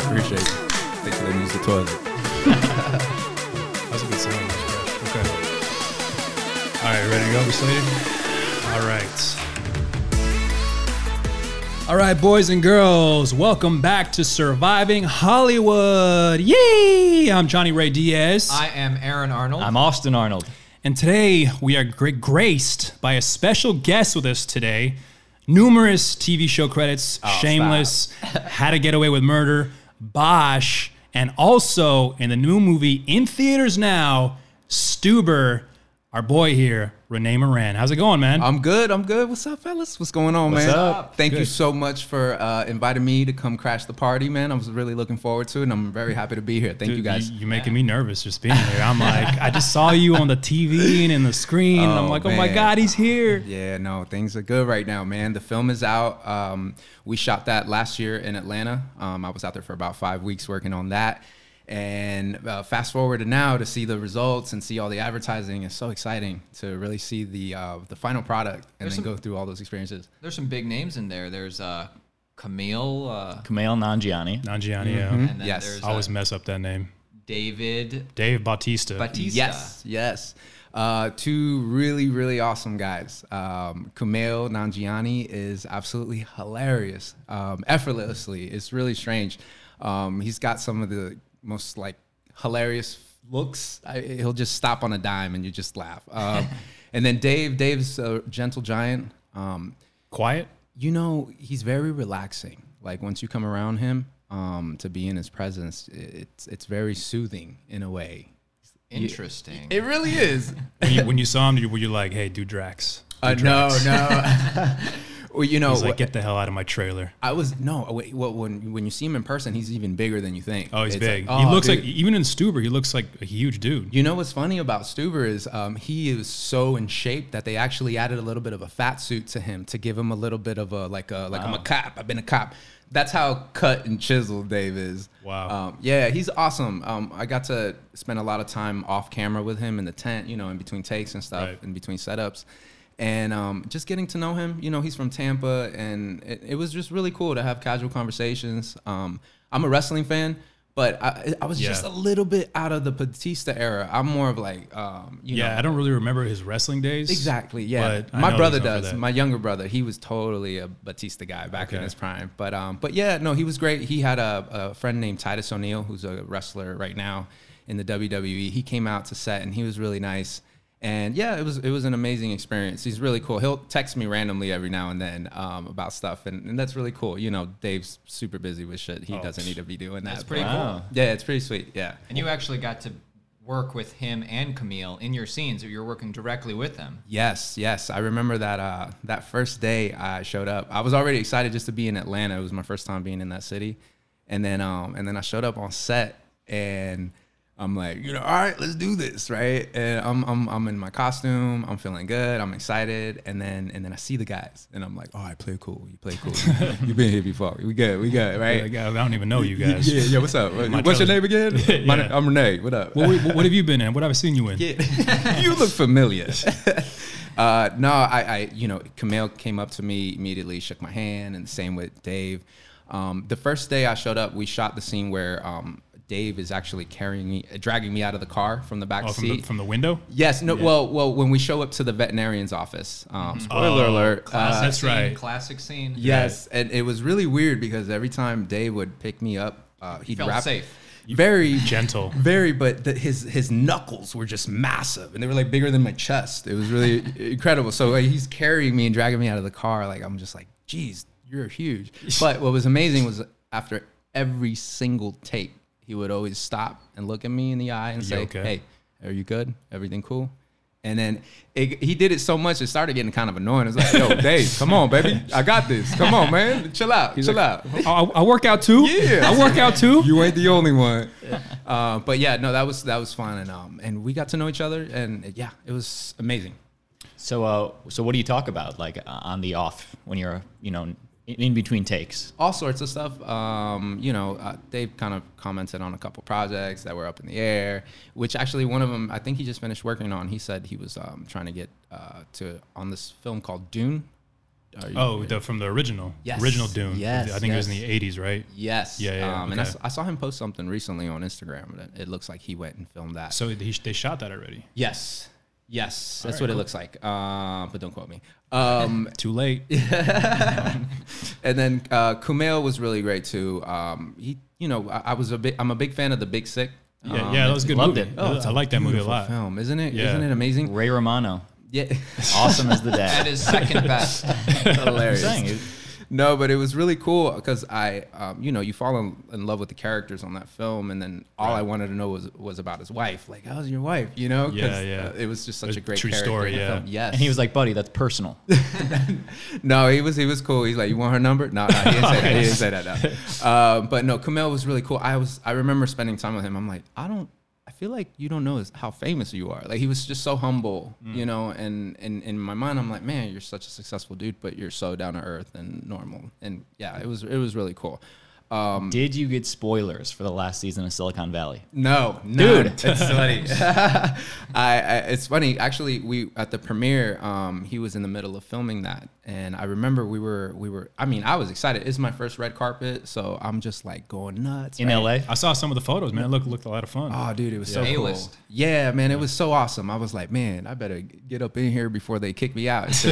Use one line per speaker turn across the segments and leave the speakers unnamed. Appreciate you. Wait till they use the toilet.
That's a good sound. Okay. All right, ready to go, Miss Lady? All right. All right, boys and girls, welcome back to Surviving Hollywood. Yay! I'm Johnny Ray Diaz.
I am Aaron Arnold.
I'm Austin Arnold.
and today we are gra- graced by a special guest with us today. Numerous TV show credits
Oh,
Shameless, How to Get Away with Murder, Bosch, and also in the new movie in theaters now, Stuber, our boy here, Renee Moran. How's it going, man?
I'm good. I'm good. What's up, fellas? What's going on, man?
up?
Thank you so much for uh, inviting me to come crash the party, man. I was really looking forward to it, and I'm very happy to be here. Thank you
Dude,
guys.
You're making me nervous just being here. I'm like, I just saw you on the TV and in the screen, and I'm
Oh,
like, oh my
man.
God, he's here.
Yeah, no, things are good right now, man. The film is out. Um, we shot that last year in Atlanta. Um, I was out there for about five weeks working on that. And uh, fast forward to now to see the results and see all the advertising is so exciting to really see the uh, the final product and
There's
then
some-
go through all those experiences.
There's some big names in there. There's uh, Camille, uh,
Kumail Nanjiani.
Nanjiani, yeah.
and then
Yes.
there's
I always
uh,
mess up that name.
David
Dave Bautista.
Batista.
Yes, yes. Uh, two really, really awesome guys. Um, Kumail Nanjiani is absolutely hilarious, um, effortlessly. It's really strange. Um, he's got some of the most like hilarious looks. I, he'll just stop on a dime and you just laugh. Um, and then Dave, Dave's a gentle giant. Um,
Quiet?
you know, he's very relaxing. Like once you come around him, um, to be in his presence, it's it's very soothing in a way.
Interesting.
It really is.
When you, when you saw him, you- were you like, hey, do Drax?
Uh, no, no. well, you know,
He's like, get the hell out of my trailer.
I was no. Wait, well, when when you see him in person, he's even bigger than you think.
Oh, he's
It's
big.
like,
he
oh,
looks
dude.
like, even in Stuber, he looks like a huge dude.
You know what's funny about Stuber is um, he is so in shape that they actually added a little bit of a fat suit to him to give him a little bit of a like a like I'm a cop. I've been a cop. That's how cut and chiseled Dave is.
Wow.
Um, yeah, he's awesome. Um, I got to spend a lot of time off camera with him in the tent, you know, in between takes and stuff,
Right.
in between setups. And um, just getting to know him, you know, he's from Tampa, and it, it was just really cool to have casual conversations. Um, I'm a wrestling fan, but I, I was
Yeah.
just a little bit out of the Batista era. I'm more of like, um, you
yeah,
know,
I don't really remember his wrestling days.
exactly. Yeah,
but I know
my
he's
brother
known for
does.
that.
My younger brother, he was totally a Batista guy back in
Okay.
his prime. But um, but yeah, no, he was great. He had a, a friend named Titus O'Neil, who's a wrestler right now in the WWE. He came out to set, and he was really nice. And yeah, it was it was an amazing experience. He's really cool. He'll text me randomly every now and then um, about stuff, and, and that's really cool. You know, Dave's super busy with shit.
Oh.
He doesn't need to be doing that.
That's pretty
but-
Wow.
Yeah, it's pretty sweet. Yeah.
And you actually got to work with him and Camille in your scenes. You're working directly with them.
Yes, yes, I remember that. Uh, that first day I showed up, I was already excited just to be in Atlanta. It was my first time being in that city, and then um, and then I showed up on set, and I'm like, you know, all right, let's do this, right? And I'm I'm I'm in my costume, I'm feeling good, I'm excited, and then and then I see the guys, and I'm like, all right, play cool, you play cool, you've been here before, we good, we good, right?
Like, I don't even know you guys.
Yeah, yeah. What's up? What's your name again? My name, I'm Renee. What up?
What, what- what have you been in? What have I seen you in?
Yeah. you look familiar. uh, no, I, I, you know, Camille came up to me immediately, shook my hand, and same with Dave. Um, the first day I showed up, we shot the scene where um, Dave is actually carrying me, dragging me out of the car from the back
Oh, from,
seat.
the, from the window?
yes, no, well, well, when we show up to the veterinarian's office, um, spoiler
Oh,
alert. uh,
That's
scene,
right.
Classic scene.
Yes, and it was really weird because every time Dave would pick me up, uh, he'd
felt
wrap
safe.
very
Gentle.
very. But the, his his knuckles were just massive, and they were like bigger than my chest. It was really incredible. So like, he's carrying me and dragging me out of the car. Like I'm just like, geez, you're huge. But what was amazing was after every single take, he would always stop and look at me in the eye and say,
okay?
"Hey, are you good? Everything cool?" And then it, he did it so much, it started getting kind of annoying. It's like, yo, Dave, come on, baby. I got this. Come on, man. Chill out. chill out.
I, I work out too.
Yeah.
I work out too.
You ain't the only one. Uh, but yeah, no, that was that was fun, and um, and we got to know each other, and yeah, it was amazing.
So, uh, so what do you talk about, like uh, on the off when you're, you know, in, in between takes?
All sorts of stuff. Um, you know, uh, Dave kind of commented on a couple projects that were up in the air, which actually one of them I think he just finished working on. He said he was um, trying to get uh, to on this film called Dune. Are you
Oh, the, from the original,
Yes.
original Dune.
Yes,
I think it was in
yes.
the '80s, right?
Yes.
Yeah, yeah,
Um, And I,
okay.
s- I saw him post something recently on Instagram. That it looks like he went and filmed that.
So he, they shot that already.
yes. Yes. That's
right,
what
cool.
it looks like. Um, but don't quote me. Um,
Too late.
and then uh, Kumail was really great too. Um, he, you know, I, I was a big. I'm a big fan of The Big Sick.
Yeah,
Um,
yeah, that was a good.
loved
movie.
it.
Oh, it's
I like that movie a
beautiful
lot.
Film, isn't it?
Yeah.
not it amazing?
Ray Romano,
Yeah.
awesome as the
That
dad.
is second best.
Hilarious.
I'm saying, it-
No, but it was really cool because I, um, you know, you fall in, in love with the characters on that film, and then all I wanted to know was was about his wife. Like, how's your wife? You know, 'Cause,
Yeah, yeah.
uh, it was just such
A
a great
true
character
story,
in the
yeah.
film. Yes,
and he was like, buddy, that's personal.
no, he was he was cool. He's like, you want her number? No, no, he didn't say that. He didn't say that. No. Um, but no, Camille was really cool. I was I remember spending time with him. I'm like, I don't. I feel like you don't know is- how famous you are. Like he was just so humble, you know. And and in my mind, I'm like, man, you're such a successful dude, but you're so down to earth and normal. And yeah, it was it was really cool. Um,
Did you get spoilers for the last season of Silicon Valley?
no, no,
Dude.
it's funny. I, I, it's funny. Actually, we at the premiere, um, he was in the middle of filming that, and I remember we were, we were. I mean, I was excited. It's my first red carpet, so I'm just like going nuts
In
right?
LA?
I saw some of the photos, man. It looked looked a lot of fun.
Oh, dude, it was so
A-list.
cool. Yeah, man, it was so awesome. I was like, man, I better get up in here before they kick me out.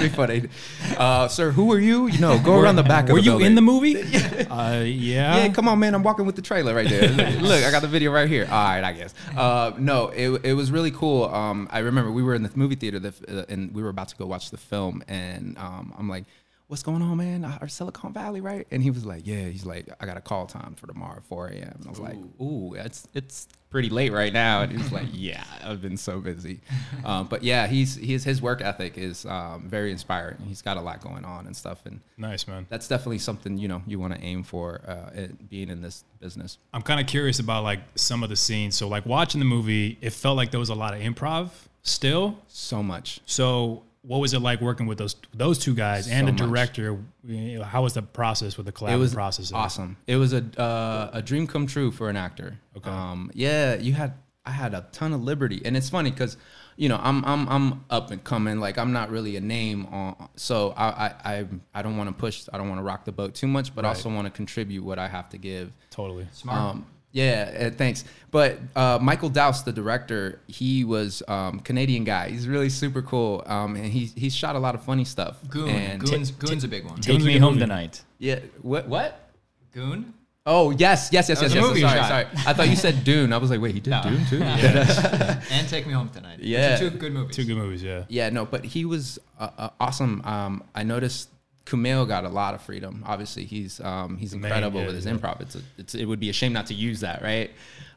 before they, uh, sir, who are you? No, go around the back.
Were
of the
you
building.
in the movie? uh, yeah.
Yeah, come on, man. I'm walking with the trailer right there. Look, I got the video right here. All right, I guess. Uh, no, it, it was really cool. Um, I remember we were in the movie theater the, uh, and we were about to go watch the film, and um, I'm like, "What's going on, man? Our Silicon Valley, right?" And he was like, "Yeah." He's like, "I got a call time for tomorrow, 4 a.m." And I was like, "Ooh, it's it's pretty late right now." And he was like, "Yeah, I've been so busy," um, but yeah, he's he's his work ethic is um, very inspiring. He's got a lot going on and stuff, and
Nice, man.
that's definitely something you know you want to aim for uh, it, being in this business.
I'm kind of curious about like some of the scenes. So like watching the movie, it felt like there was a lot of improv still.
So much.
So what was it like working with those those two guys
So
and the
much.
director? You know, How was the process with the collaborative
It was
process? of it?
awesome. It was a uh, a dream come true for an actor.
Okay.
Um, yeah, you had I had a ton of liberty, and it's funny because you know I'm I'm I'm up and coming. Like I'm not really a name on, so I I I, I don't want to push. I don't want to rock the boat too much, but also want to contribute what I have to give.
Totally.
Smart.
Um, yeah, uh, thanks. But uh, Michael Douse, the director, he was um, Canadian guy. He's really super cool, um, and he's he's shot a lot of funny stuff.
Goon.
and
Goon's, Goon's a big one.
Take
was a
me
good
home
movie.
tonight.
yeah, what what?
Goon?
Oh yes, yes, yes, yes,
That was a
yes.
movie
sorry,
shot.
sorry. I thought you said Dune. I was like, wait, he did
No.
Dune too.
No.
Yeah.
And Take Me Home Tonight. Which are
Yeah.
Two good movies.
Two good movies, yeah.
Yeah, no, but he was uh, uh, awesome. Um, I noticed Kumail got a lot of freedom. Obviously, he's um, he's
main,
incredible
yeah,
with his
yeah.
improv. It's, a, it's it would be a shame not to use that, right?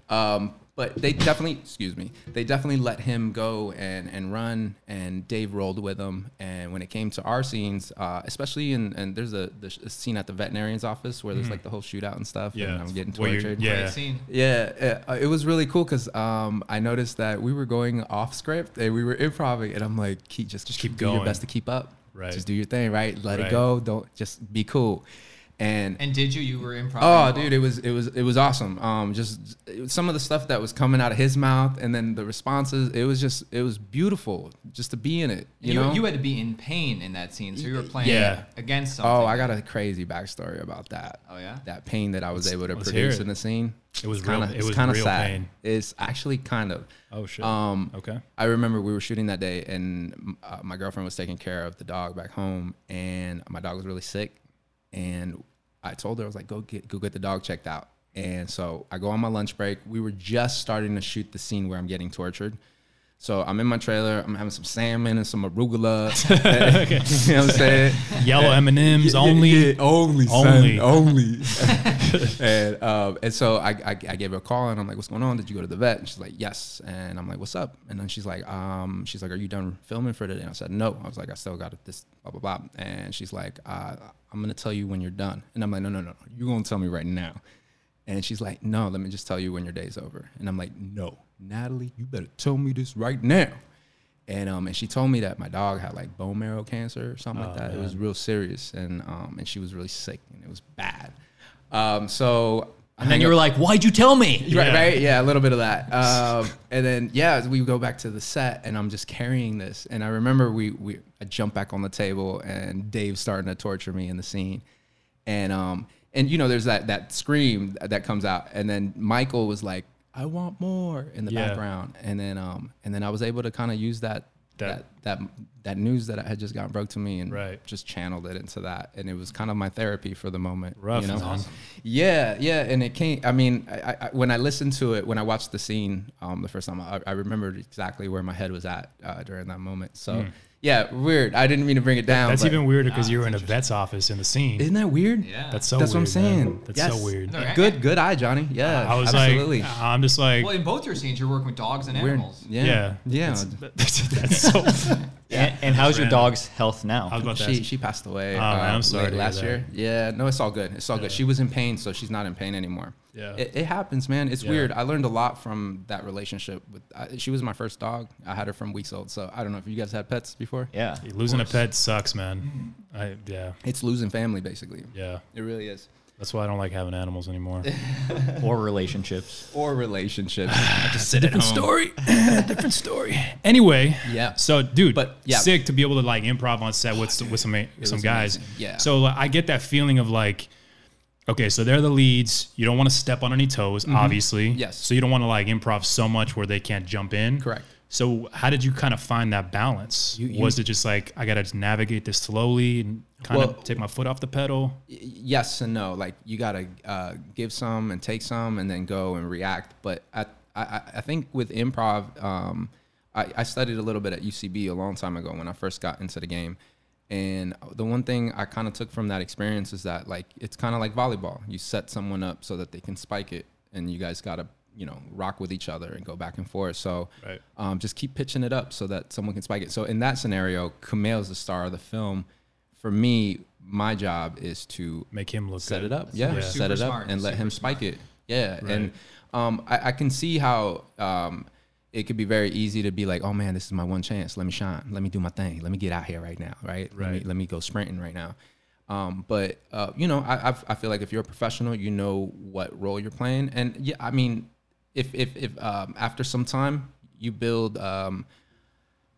Um, but they definitely, excuse me, they definitely let him go and and run. And Dave rolled with him. And when it came to our scenes, uh, especially in and there's a, the sh- a scene at the veterinarian's office where there's like the whole shootout and stuff.
Mm-hmm. Yeah.
and I'm getting
Where you're-
tortured.
yeah.
Great scene.
Yeah, uh, it was really cool because um, I noticed that we were going off script and we were improvising, and I'm like, keep, just, just
keep
do
going.
your best to keep up.
Right.
Just do your thing, right? Let
Right.
it go. Don't just be cool. And,
And did you? You were improv.
oh, dude, it was it was it was awesome. Um, just it was some of the stuff that was coming out of his mouth, and then the responses. It was just it was beautiful just to be in it. You,
You, you,
know.
had to be in pain in that scene, so you were playing
Yeah.
against something.
oh, I got a crazy backstory about that.
Oh, yeah?
That pain that I was able to
let's hear
produce
it.
in the scene.
It was
It's
real-
kinda-
it
it's
was
kinda
real
sad.
pain.
It's actually kind of.
Oh shit.
Um,
okay.
I remember we were shooting that day, and uh, my girlfriend was taking care of the dog back home, and my dog was really sick. And I told her I was like, "Go get go get the dog checked out." And so I go on my lunch break. We were just starting to shoot the scene where I'm getting tortured. So I'm in my trailer. I'm having some salmon and some arugula. you know what I'm saying?
Yellow M and M's only.
Yeah, only, only,
Only.
only. and um, and so I, I I gave her a call and I'm like, what's going on? Did you go to the vet? And she's like, yes. And I'm like, what's up? And then she's like, um, she's like, are you done filming for today? And I said, no. I was like, I still got this blah blah blah. And she's like, uh, I'm gonna tell you when you're done. And I'm like, no no no, you're gonna tell me right now. And she's like, no, let me just tell you when your day's over. And I'm like, no, Natalie, you better tell me this right now. And um, and she told me that my dog had like bone marrow cancer or something
Oh,
like that. It was real serious, and um, and she was really sick, and it was bad. Um, so
And then you were like, "Why'd you tell me?"
Right,
Yeah.
right, yeah, a little bit of that. Um, and then yeah, we go back to the set, and I'm just carrying this. And I remember we we I jump back on the table, and Dave's starting to torture me in the scene, and um and you know there's that that scream that comes out, and then Michael was like, "I want more" in the
Yeah.
background, and then um and then I was able to kind of use that. That, that
That-
that news that I had just got broke to me and
Right.
just channeled it into that and it was kind of my therapy for the moment
Rough,
you know?
man.
Yeah, yeah, and it came. I mean, I, I, I- when I listened to it, when I watched the scene um, the first time, I, I remembered exactly where my head was at uh, during that moment. So, yeah, weird. I didn't mean to bring it down.
Hmm. That's
but-
even weirder
Ah,
because you were in a vet's office in the scene.
Isn't that weird?
Yeah.
that's so.
That's what I'm
weird, man.
saying.
That's
Yes.
so weird.
No, I-
Good, good eye, Johnny. Yeah,
I was
absolutely.
like, I'm just like,
Well, in both your scenes, you're working with dogs and
weird.
animals.
Yeah,
yeah,
yeah.
That's, that's so.
And, and how's your
random.
dog's health
I was
now?
about to
She
ask. Oh,
she passed away. uh,
man, I'm
late
sorry to hear
Last
that.
year. Yeah. No, it's all good. It's all good. She was in pain, so she's not in pain anymore.
Yeah.
It, it happens, man. It's
Yeah.
weird. I learned a lot from that relationship. With I, she was my first dog. I had her from weeks old. So I don't know if you guys had pets before.
Yeah.
Losing a pet sucks, man. I yeah
It's losing family, basically.
yeah.
It really is.
That's why I don't like having animals anymore.
Or relationships.
Or relationships.
Just sit different story. different story. Anyway.
Yeah.
So, dude,
But, yeah.
sick to be able to like improv on set with with some some guys.
amazing. Yeah.
So like, I get that feeling of like, okay, so they're the leads. You don't want to step on any toes, obviously.
Mm-hmm. Yes.
So you don't want to like improv so much where they can't jump in.
Correct.
So how did you kind of find that balance?
You- you-
Was it just like I gotta just navigate this slowly and kind
Well-
of take my foot off the pedal?
Y- yes and no. Like you gotta uh, give some and take some, and then go and react. But I, I, I think with improv, um, I, I studied a little bit at UCB a long time ago when I first got into the game, and the one thing I kind of took from that experience is that like it's kind of like volleyball. You set someone up so that they can spike it, and you guys gotta you know rock with each other and go back and forth. So
Right.
um, just keep pitching it up so that someone can spike it. So in that scenario, Kumail's the star of the film. For me, my job is to
Make him look
set
good.
it up, yeah,
Yeah.
set
Super
it up
smart,
and let
super
him spike it, yeah. And um, I, I can see how um, it could be very easy to be like, oh man, this is my one chance. Let me shine. Let me do my thing. Let me get out here right now, right? Let me,
Right.
let me go sprinting right now. Um, but uh, you know, I, I've, I feel like if you're a professional, you know what role you're playing, and yeah, I mean, if if if um, after some time you build um,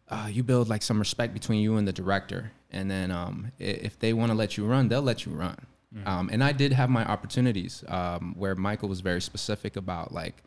uh, you build like some respect between you and the director, and then um, i- if they want to let you run, they'll let you run. Um, and I did have my opportunities um, where Michael was very specific about like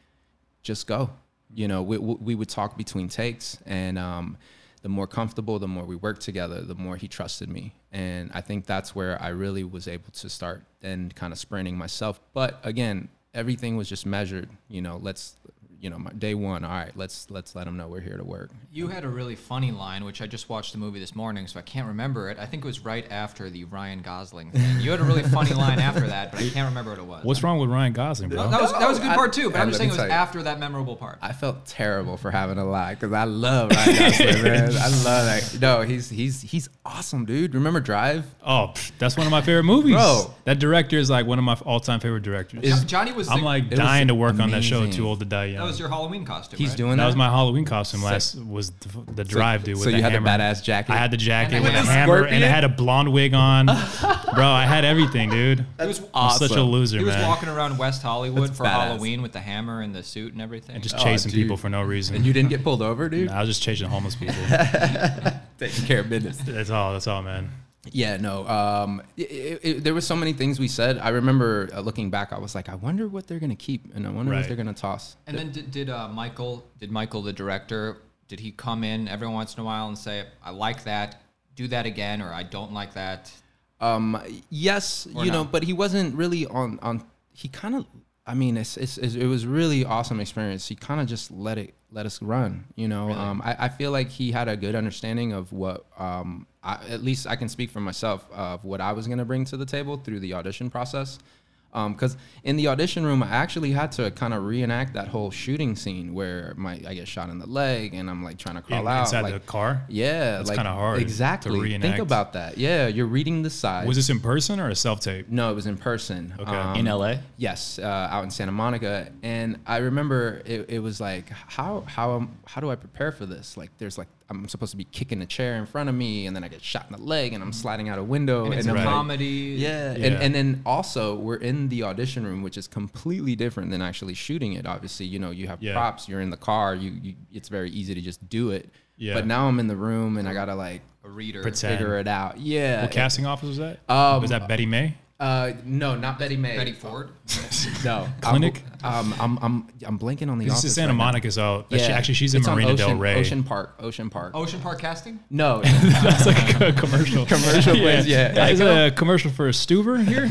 just go. You know, we, we we would talk between takes, and um, the more comfortable, the more we worked together, the more he trusted me. And I think that's where I really was able to start then kind of sprinting myself. But again, everything was just measured. You know, let's, you know, my, day one. All right, let's let's let him know we're here to work.
You had a really funny line, which I just watched the movie this morning, so I can't remember it. I think it was right after the Ryan Gosling thing. You had a really funny line after that, but I can't remember what it was.
What's wrong with Ryan Gosling, bro?
that was that was a
No,
good
I-
part too, but
I
I'm just
love
saying it was
Italian.
after that memorable part.
I felt terrible for having a lie because I love Ryan Gosling, man. I love that. No, he's he's he's awesome, dude. Remember Drive?
Oh, pff, that's one of my favorite movies.
Bro.
That director is like one of my all-time favorite directors.
Jo- Johnny was
I'm
the-
like
was
dying to work on that show.
amazing.
Too old to die young.
that was your Halloween costume.
He's
right?
doing
That
that.
was my Halloween costume last. Was the, the drive dude? With
so
the
you had the
hammer.
badass jacket?
I had the jacket
And
with
the
the hammer, and I
scorpion?
had a blonde wig on. Bro, I had everything, dude.
He was,
I'm such a
awesome.
loser,
he was
man.
walking around West Hollywood
That's
for
badass.
Halloween with the hammer and the suit and everything.
Just
Oh,
chasing
dude.
people for no
and
reason.
you didn't get pulled over, dude.
I was just chasing homeless people.
Taking care of business.
that's all. That's all, man.
Yeah, no. Um, i i i there was so many things we said. I remember uh, looking back. I was like, I wonder what they're gonna keep, and I wonder
Right.
what they're gonna toss.
and then did, did uh, Michael did Michael the director did he come in every once in a while and say I like that do that again or I don't like that
Um, yes,
Or
you know,
not.
but he wasn't really on on. He kind of, I mean, it's, it's, it's it was really awesome experience. He kind of just let it let us run. You know, um, I, I feel like he had a good understanding of what um, I, at least I can speak for myself of what I was gonna bring to the table through the audition process. Because in the audition room, I actually had to kind of reenact that whole shooting scene where my I get shot in the leg and I'm like trying to crawl
In-
out.
inside
like,
the car.
yeah,
That's
like
kinda hard to
Exactly. Think
reenact.
about that. Yeah, you're reading the side.
Was this in person or a self tape?
No, it was in person. Okay.
in LA?
yes, uh, out in Santa Monica, um, and I remember it, it was like, how how am- how do I prepare for this? Like, there's like I'm supposed to be kicking a chair in front of me, and then I get shot in the leg, and I'm sliding out a window.
And it's
I'm
a
like-
comedy.
yeah.
Yeah.
And, and then also we're in the audition room, which is completely different than actually shooting it. Obviously, you know, you have
Yeah.
props, you're in the car, you, you it's very easy to just do it.
Yeah.
But now I'm in the room and I gotta like
A reader.
Pretend.
figure it out. Yeah.
What casting office was that?
Um,
was that Betty May?
Uh, no, not Betty May.
Betty Ford.
No.
Clinic?
I'm, um, I'm I'm I'm blanking on the.
This
office
is Santa
right now.
Monica, so that she-
Yeah.
actually she's in
It's on
Marina Del
Ocean-
Rey.
Ocean Park. Ocean Park.
Ocean Park Casting.
No.
That's like a commercial.
Commercial place, yeah.
Is it a commercial for a Stuver here?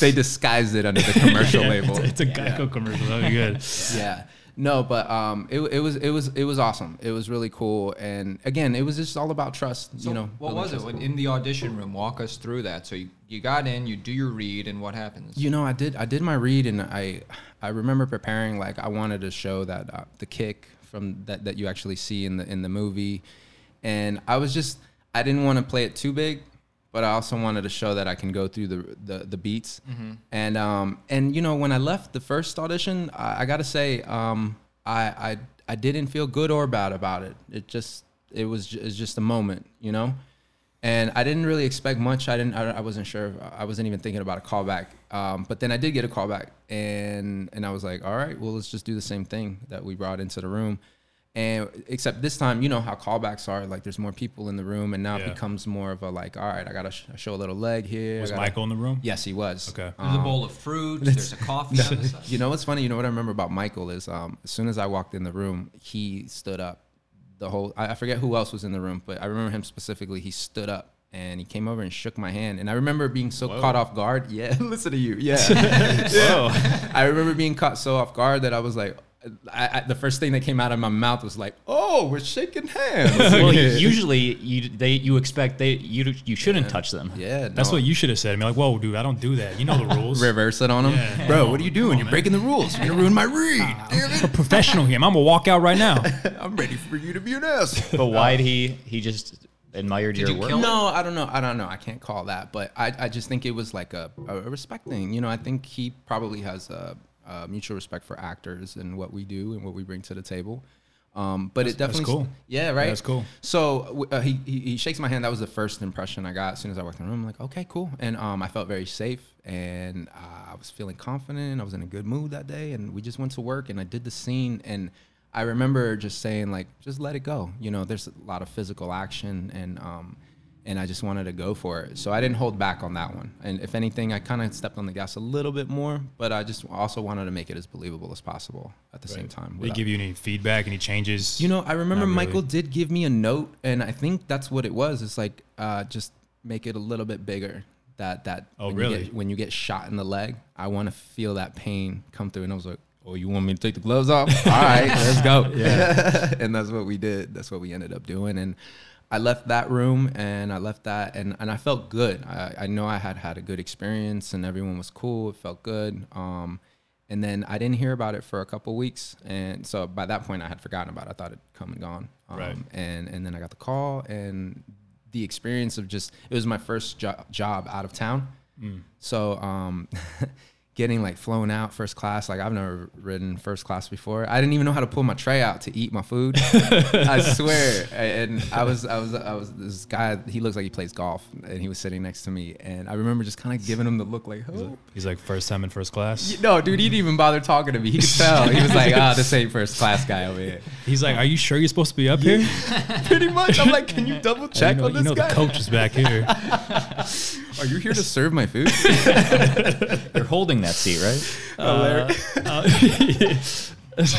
they disguised it under the commercial label.
It's, it's a Geico commercial. That'd be good.
yeah no but um it, it was it was it was awesome it was really cool and again it was just all about trust
So
you know
what
building
was it
trust.
when, in the audition room? Walk us through that. So you, you got in, you do your read, and what happens?
you know i did i did my read and i i remember preparing like i wanted to show that uh, the kick from that that you actually see in the in the movie and i was just i didn't want to play it too big but i also wanted to show that i can go through the the, the beats and um and you know when i left the first audition i, I gotta say um I, I i didn't feel good or bad about it it just it was ju- it's just a moment you know and I didn't really expect much. I didn't. I, I wasn't sure. If, I wasn't even thinking about a callback. Um, but then I did get a callback, and and I was like, all right, well, let's just do the same thing that we brought into the room, and except this time, you know how callbacks are. Like, there's more people in the room, and now
Yeah.
it becomes more of a like, all right, I gotta sh- show a little leg here. I
Was
gotta-
Michael in the room?
Yes, he was.
Okay.
There's
Oh.
a bowl of fruit. There's a coffee on the side.
You know what's funny? You know what I remember about Michael is um, as soon as I walked in the room, he stood up. The whole I, I forget who else was in the room, but I remember him specifically. He stood up and he came over and shook my hand, and I remember being so caught off guard. Yeah, listen to you. Yeah,
Whoa.
I remember being caught so off guard that I was like. I, I, the first thing that came out of my mouth was like, "Oh, we're shaking hands."
well, usually you they you expect they you you shouldn't touch them.
yeah,
That's
no,
what you should have said. I mean, like, whoa, dude, I don't do that. You know the rules.
reverse it on him,
Yeah.
bro. What are you doing? You're breaking the rules. You're gonna ruin my read.
I'm a professional here. I'm gonna walk out right now.
I'm ready for you to be an ass.
But why did he he just admired your
you
work?
kill him?
No, I don't know. I don't know. I can't call that, but I, I just think it was like a, a respect thing. You know, I think he probably has a, a mutual respect for actors and what we do and what we bring to the table. Um, but it
that's
definitely,
cool.
yeah, right.
that's cool.
So w- uh, he, he he shakes my hand. That was the first impression I got as soon as I walked in the room. I'm like, okay, cool. And um, I felt very safe, and uh, I was feeling confident. I was in a good mood that day, and we just went to work, and I did the scene. And I remember just saying like, just let it go. You know, there's a lot of physical action, and um, and I just wanted to go for it. So I didn't hold back on that one. And if anything, I kind of stepped on the gas a little bit more, but I just also wanted to make it as believable as possible at the same time.
They
without-
give you any feedback, any changes?
you know, I remember
Not really.
Michael did give me a note, and I think that's what it was. It's like uh, just make it a little bit bigger. That that
Oh,
when
really?
You get, when you get shot in the leg, I want to feel that pain come through. And I was like, oh, you want me to take the gloves off? All right, let's go. Yeah, and that's what we did. That's what we ended up doing. And I left that room, and I left that, and and I felt good. I, I know I had had a good experience, and everyone was cool. It felt good. Um, and then I didn't hear about it for a couple weeks, and so by that point I had forgotten about. it. I thought it'd come and gone. Um,
Right.
And and then I got the call, and the experience of just it was my first jo- job out of town,
Mm.
so um, getting like flown out first class. Like I've never ridden first class before. I didn't even know how to pull my tray out to eat my food. I swear. And I was I was I was this guy. He looks like he plays golf, and he was sitting next to me, and I remember just kind of giving him the look like, oh.
He's like first time in first class.
Y- No, dude, he didn't even bother talking to me. He could tell. He was like, ah, this ain't first class guy over here.
He's like, are you sure you're supposed to be up here?
Pretty much. I'm like, can you double check
you know,
on
you
this
know
guy?
the coach is back here.
Are you here to serve my food?
You're holding that seat, right?
Uh,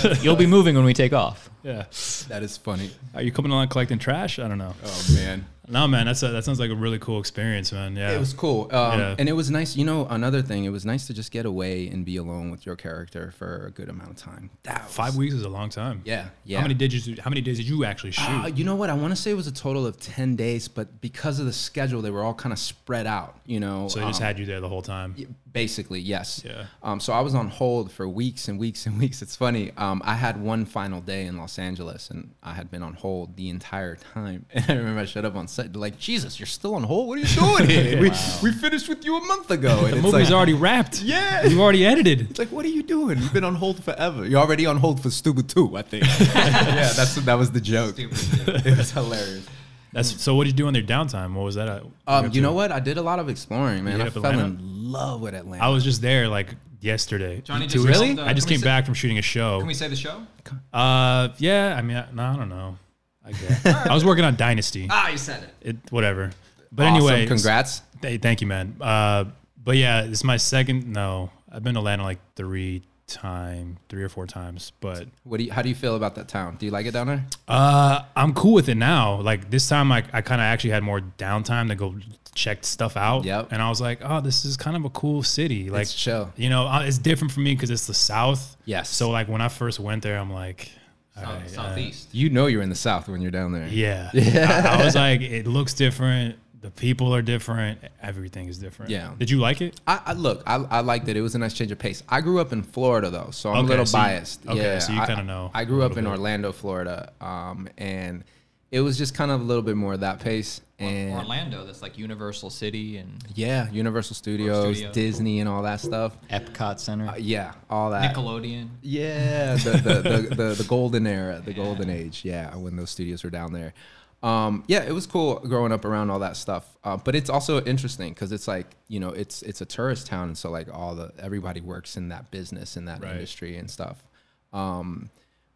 You'll be moving when we take off.
yeah.
that is funny.
Are you coming along collecting trash? I don't know.
Oh, man.
No, man, that's a, that sounds like a really cool experience, man. Yeah.
It was cool. Um,
Yeah.
And it was nice. You know, another thing, it was nice to just get away and be alone with your character for a good amount of time. That was-
Five weeks is a long time.
Yeah. Yeah.
How many did you? How many days did you actually shoot?
Uh, you know what? I want to say it was a total of 10 days, but because of the schedule, they were all kind of spread out, you know.
so they just
um,
had you there the whole time.
Y- Basically, yes.
Yeah.
Um, so I was on hold for weeks and weeks and weeks. It's funny. Um, I had one final day in Los Angeles, and I had been on hold the entire time. And I remember I showed up on set. They're like, Jesus, you're still on hold. What are you doing here? we, we finished with you a month ago. And
The
it's
movie's
like,
already wrapped.
Yeah.
You've already edited.
It's like, what are you doing? You've been on hold forever. You're already on hold for Stupid Two, I think. yeah, that's that was the joke. It was hilarious. Mm.
That's so. What did you do in their downtime? What was that? uh,
Um,
up
you
to?
know what? I did a lot of exploring, man.
hit
I
up
fell
Atlanta?
in love with Atlanta.
I was just there like yesterday.
Johnny
just Really?
helped, uh,
I just
can we
came
say-
back from shooting a show.
Can we say the show?
Uh, yeah. I mean, I, no, I don't know. I guess I was working on Dynasty.
Ah, you said it.
It, whatever. But
Awesome.
anyway,
congrats.
Hey, thank you, man. Uh, but yeah, this is my second. No, I've been to Atlanta like three time, three or four times. But
What do you, how do you feel about that town? Do you like it down there?
uh, I'm cool with it now. Like this time, I, I kind of actually had more downtime to go check stuff out.
Yep.
And I was like, oh, this is kind of a cool city. Like,
It's chill.
You know, uh, it's different for me because it's the South.
Yes.
So like when I first went there, I'm like, all
South,
right, uh,
Southeast.
You know you're in the South when you're down there.
Yeah. I, I was like, it looks different. The people are different. Everything is different.
Yeah.
Did you like it?
I, I look, I, I liked it. It was a nice change of pace. I grew up in Florida though, so I'm
Okay,
a little
so you-
biased.
okay,
yeah,
so you
I-
kinda know
I
a
grew up
little
in
bit.
Orlando, Florida, um, and it was just kind of a little bit more of that pace. And
Orlando, that's like Universal City, and
yeah, Universal Studios,
Studios.
Disney, and all that stuff.
Epcot Center.
Yeah, all that.
Nickelodeon.
Yeah, the the, the, the the golden era, the golden age. Yeah, when those studios were down there. Um, yeah, it was cool growing up around all that stuff. Uh, but it's also interesting because it's like you know it's it's a tourist town, and so like all the everybody works in that business in that
Right.
industry and stuff. Um,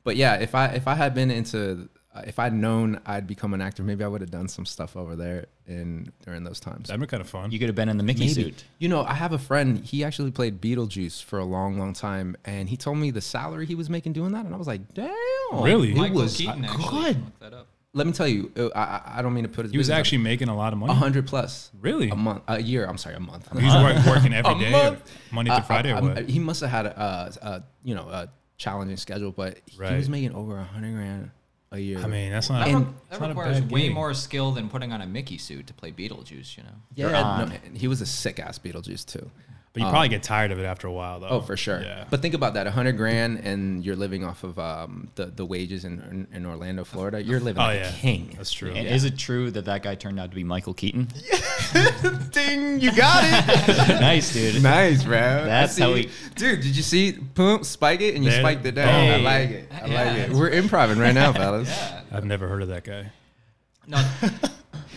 but yeah, if I if I had been into uh, if I'd known I'd become an actor, maybe I would have done some stuff over there in during those times.
That'd be kind of fun.
You could have been in the Mickey suit.
You know, I have a friend. He actually played Beetlejuice for a long, long time, and he told me the salary he was making doing that, and I was like, "Damn,
Really?
It
Michael
was uh,
Keaton. eh? Actually.
good.
Look that up.
Let me tell you, uh, I, I- I don't mean to put his.
he was
business
actually making a lot of money.
out. hundred plus.
Really?
A month, a year. I'm sorry, a month.
He was wor- working every
A
day,
month?
Monday to
I-
Friday.
I-
or
I'm-
what?
He must have had a, uh, a you know a challenging schedule, but he
Right.
was making over a hundred grand a year.
I mean, that's not.
That,
And-
re-
it's
that
not a
requires
bad
way
gig.
more skill than putting on a Mickey suit to play Beetlejuice. You know.
yeah,
you're on.
no, and he was a sick ass Beetlejuice too.
but you probably get tired of it after a while, though.
Oh, for sure.
Yeah.
But think about that: a hundred grand, and you're living off of um, the the wages in in Orlando, Florida. You're living
oh
like
yeah,
a king.
That's true.
And Is it true that that guy turned out to be Michael Keaton?
Ding! You got it.
nice, dude.
nice, bro.
That's
I see
how
you.
we-
Dude, did you see? Boom! Spike it, and you
There-
spiked it down. I
Hey.
like it. I
Yeah.
like it. We're improvising right now, fellas.
I've never heard of that guy.
No,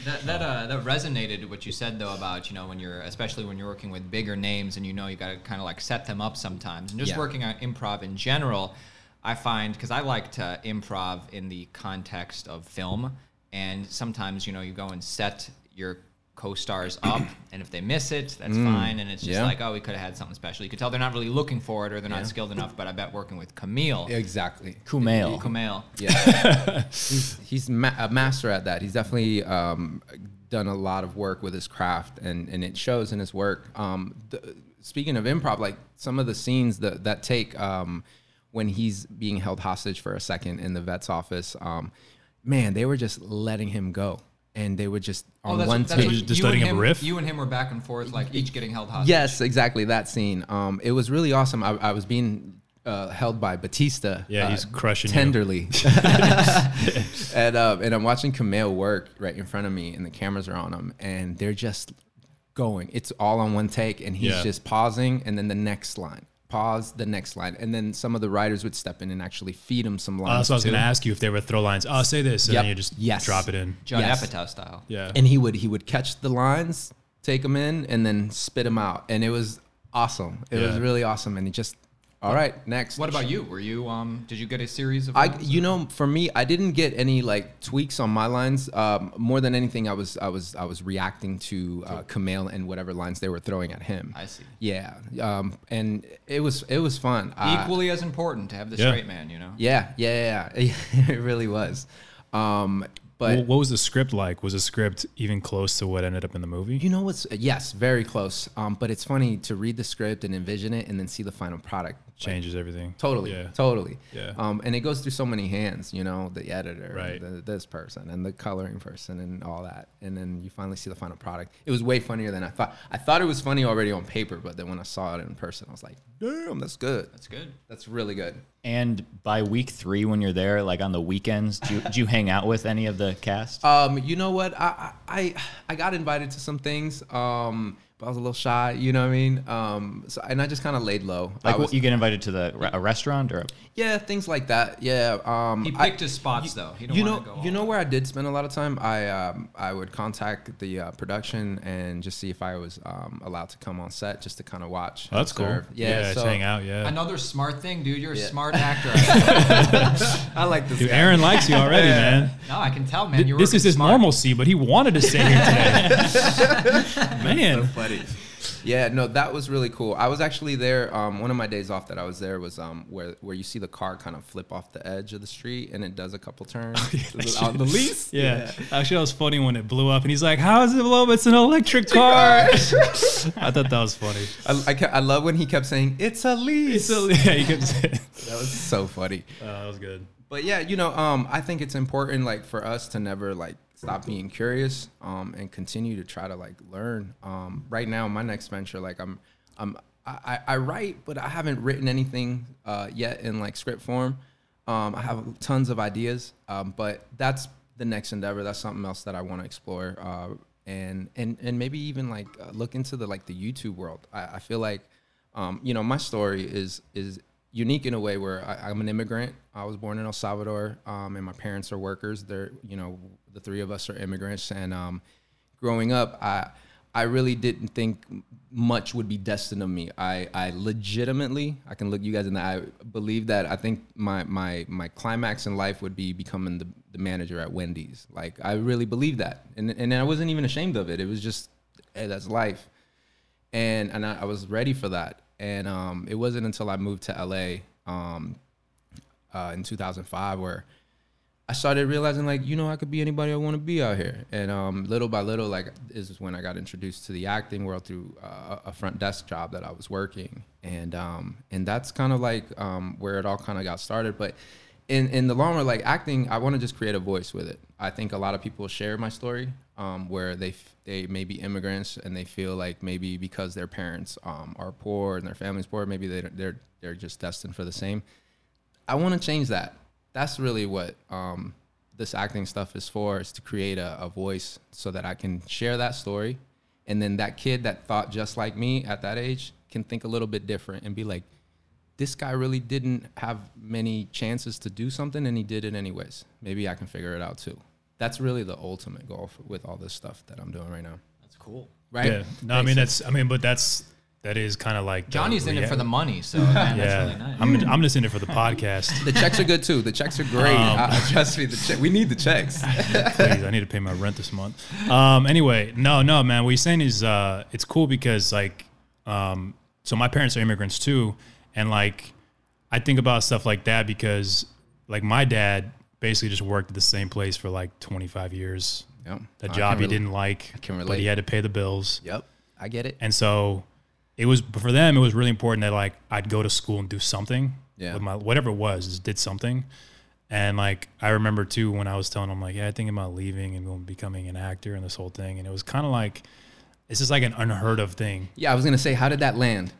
that that uh, that resonated what you said though about you know when you're especially when you're working with bigger names and you know you got to kind of like set them up sometimes and just
Yeah.
working on improv in general, I find because I like to improv in the context of film and sometimes you know you go and set your co-stars up and if they miss it that's fine and it's just
Mm. Yeah.
like oh we could have had something special you could tell they're not really looking for it or they're not skilled enough but i bet working with camille
Exactly.
Kumail.
camille
Yeah, he's, he's ma- a master at that. He's definitely um, done a lot of work with his craft, and, and it shows in his work. Um, the, speaking of improv, like some of the scenes that that take um, when he's being held hostage for a second in the vet's office, um, man, they were just letting him go, and they were just on one
Oh, what-
take.
what- Just
you and
letting him
him
riff?
You and him were back and forth, like each getting held hostage.
Yes, exactly that scene. Um, it was really awesome. I, I was being uh, held by Batista.
Yeah,
uh,
he's crushing you.
tenderly. and uh, and I'm watching Camille work right in front of me, and the cameras are on him, and they're just going. It's all on one take, and he's
Yeah.
just pausing, and then the next line. Pause the next line, and then some of the writers would step in and actually feed him some
Uh,
lines.
that's what I was
too.
going to ask you if there were throw lines. Oh, say this, and
Yep.
then you just
Yes.
drop it in.
Judd
Yes.
Apatow style.
Yeah.
and he would he would catch the lines, take them in, and then spit them out, and it was awesome. It was
Yeah.
really awesome, and he just all right next.
What about you? Were you um? Did you get a series of?
I
ones?
you know for me I didn't get any like tweaks on my lines. Um, more than anything, I was I was I was reacting to uh, Camille and whatever lines they were throwing at him.
I see.
Yeah, um, and it was it was fun. I-
Equally as important to have the
Yeah.
straight man. You know.
yeah, yeah, yeah. yeah. it really was. Um, but
Wh- what was the script like? Was the script even close to what ended up in the movie?
You know what's yes, very close. Um, but it's funny to read the script and envision it, and then see the final product.
Changes everything.
Totally,
Yeah.
totally.
Yeah.
Um, and it goes through so many hands. You know, the editor,
Right.
and the, this person, and the coloring person, and all that. And then you finally see the final product. It was way funnier than I thought. I thought it was funny already on paper, but then when I saw it in person, I was like, damn, that's good.
That's good.
That's really good.
And by week three, when you're there, like on the weekends, do you, do you hang out with any of the the cast?
Um, you know what? I, I I- I got invited to some things, um, but I was a little shy. You know what I mean? Um, so and I just kind of laid low. I
like
was-
what, you get invited to the re- a restaurant or a,
yeah, things like that. Yeah. Um,
He
I-
picked his spots though. He didn't
you
wanna
know,
go
you
all-
know where I did spend a lot of time. I um, I would contact the uh, production and just see if I was um, allowed to come on set just to kind of watch. and
That's cool.
observe. Yeah,
just
so
hang out. Yeah.
Another smart thing, dude. You're a
Yeah.
smart actor.
I like this.
Dude,
guy.
Aaron likes you already, man.
no, I can tell, man. You
this
were
is his
smart.
normalcy, but he wanted to sit here today. man,
funny. Yeah, no, that was really cool. I was actually there. Um, one of my days off that I was there was um, where where you see the car kind of flip off the edge of the street and it does a couple turns on the lease.
Yeah. Actually, that was funny when it blew up, and he's like, "How is it blow up? It's an electric car." I thought that was funny.
I, I, ca- I love when he kept saying it's a lease.
So yeah, you could say
that was so funny.
Oh,
that was good.
But yeah, you know, um, I think it's important like for us to never like stop being curious um, and continue to try to like learn. Um, right now, my next venture, like I'm, I'm, I, I I write, but I haven't written anything uh, yet in like script form. Um, I have tons of ideas, um, but that's the next endeavor. That's something else that I want to explore, uh, and and and maybe even like uh, look into the like the YouTube world. I, I feel like um, you know, my story is is unique in a way where I, I'm an immigrant. I was born in El Salvador, um, and my parents are workers. They're you know, the three of us are immigrants, and um, growing up, I I really didn't think much would be destined of me. I, I legitimately, I can look you guys in the eye, believe that I think my my my climax in life would be becoming the, the manager at Wendy's. Like I really believe that. And and I wasn't even ashamed of it. It was just, hey, that's life and and I, I was ready for that. And um, it wasn't until I moved to LA um, uh, in 2005 where I started realizing like you know I could be anybody I want to be out here. And um, little by little, like this is when I got introduced to the acting world through uh, a front desk job that I was working. And um, and that's kind of like um, where it all kind of got started. But in, in the long run, like acting, I want to just create a voice with it. I think a lot of people share my story, um, where they f- they may be immigrants and they feel like maybe because their parents um, are poor and their family's poor, maybe they don't- they're they're just destined for the same. I want to change that. That's really what um, this acting stuff is for: is to create a, a voice so that I can share that story, and then that kid that thought just like me at that age can think a little bit different and be like, "This guy really didn't have many chances to do something, and he did it anyways. Maybe I can figure it out too." That's really the ultimate goal for, with all this stuff that I'm doing right now.
That's cool.
Right?
Yeah. No, I mean that's. I mean, but that's that is kind of like the
Johnny's in it
rea-
for the money, so man,
Yeah.
that's really nice.
I'm I'm just in it for the podcast.
The checks are good too. The checks are great. I, I- trust me, the check, we need the checks.
Please, I need to pay my rent this month. Um, anyway, no, no, man. What you're saying is uh, it's cool because like, um, so my parents are immigrants too, and like, I think about stuff like that because like my dad basically just worked at the same place for like 25 years.
Yep. I
The
can
job he
relate.
didn't like,
can
but he
relate.
had to pay the bills,
Yep, I get it.
and so it was for them. It was really important that like I'd go to school and do something.
Yeah.
with my whatever it was, just did something. And like I remember too when I was telling them like, yeah, I think about leaving and becoming an actor and this whole thing. And it was kind of like this is like an unheard of thing.
Yeah, I was gonna say, how did that land?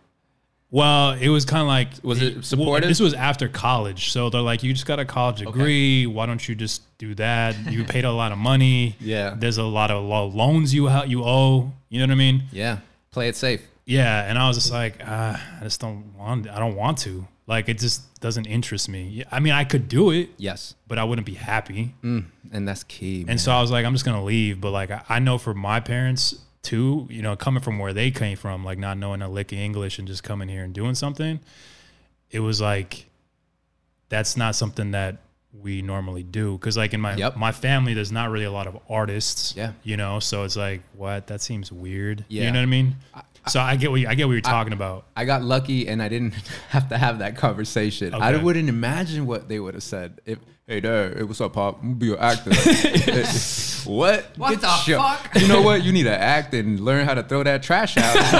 Well, it was kind of like
Was it
Well,
supportive?
this was after college, so they're like, you just got a college degree. Why don't you just do that? You paid a lot of money.
Yeah.
there's a lot of lo- loans you ha- you owe. You know what I mean?
Yeah, play it safe.
Yeah, and I was just like, uh, I just don't want. I don't want to. Like, it just doesn't interest me. Yeah, I mean, I could do it,
Yes,
but I wouldn't be happy.
and that's key. man.
And so I was like, I'm just gonna leave. But like, I, I know for my parents too, you know, coming from where they came from, like not knowing a lick of English and just coming here and doing something, it was like, that's not something that we normally do. Cause like in my
Yep.
my family, there's not really a lot of artists.
Yeah.
you know, so it's like, what? That seems weird. you
Yeah.
know what I mean. so I get what you, I get what you're talking about.
I got lucky, and I didn't have to have that conversation. I
Okay.
wouldn't imagine what they would have said if, "Hey, Dad, hey, what's up, Pop? I'm gonna be an actor." Hey, what?
What the fuck?
You know what? You need to act and learn how to throw that trash out.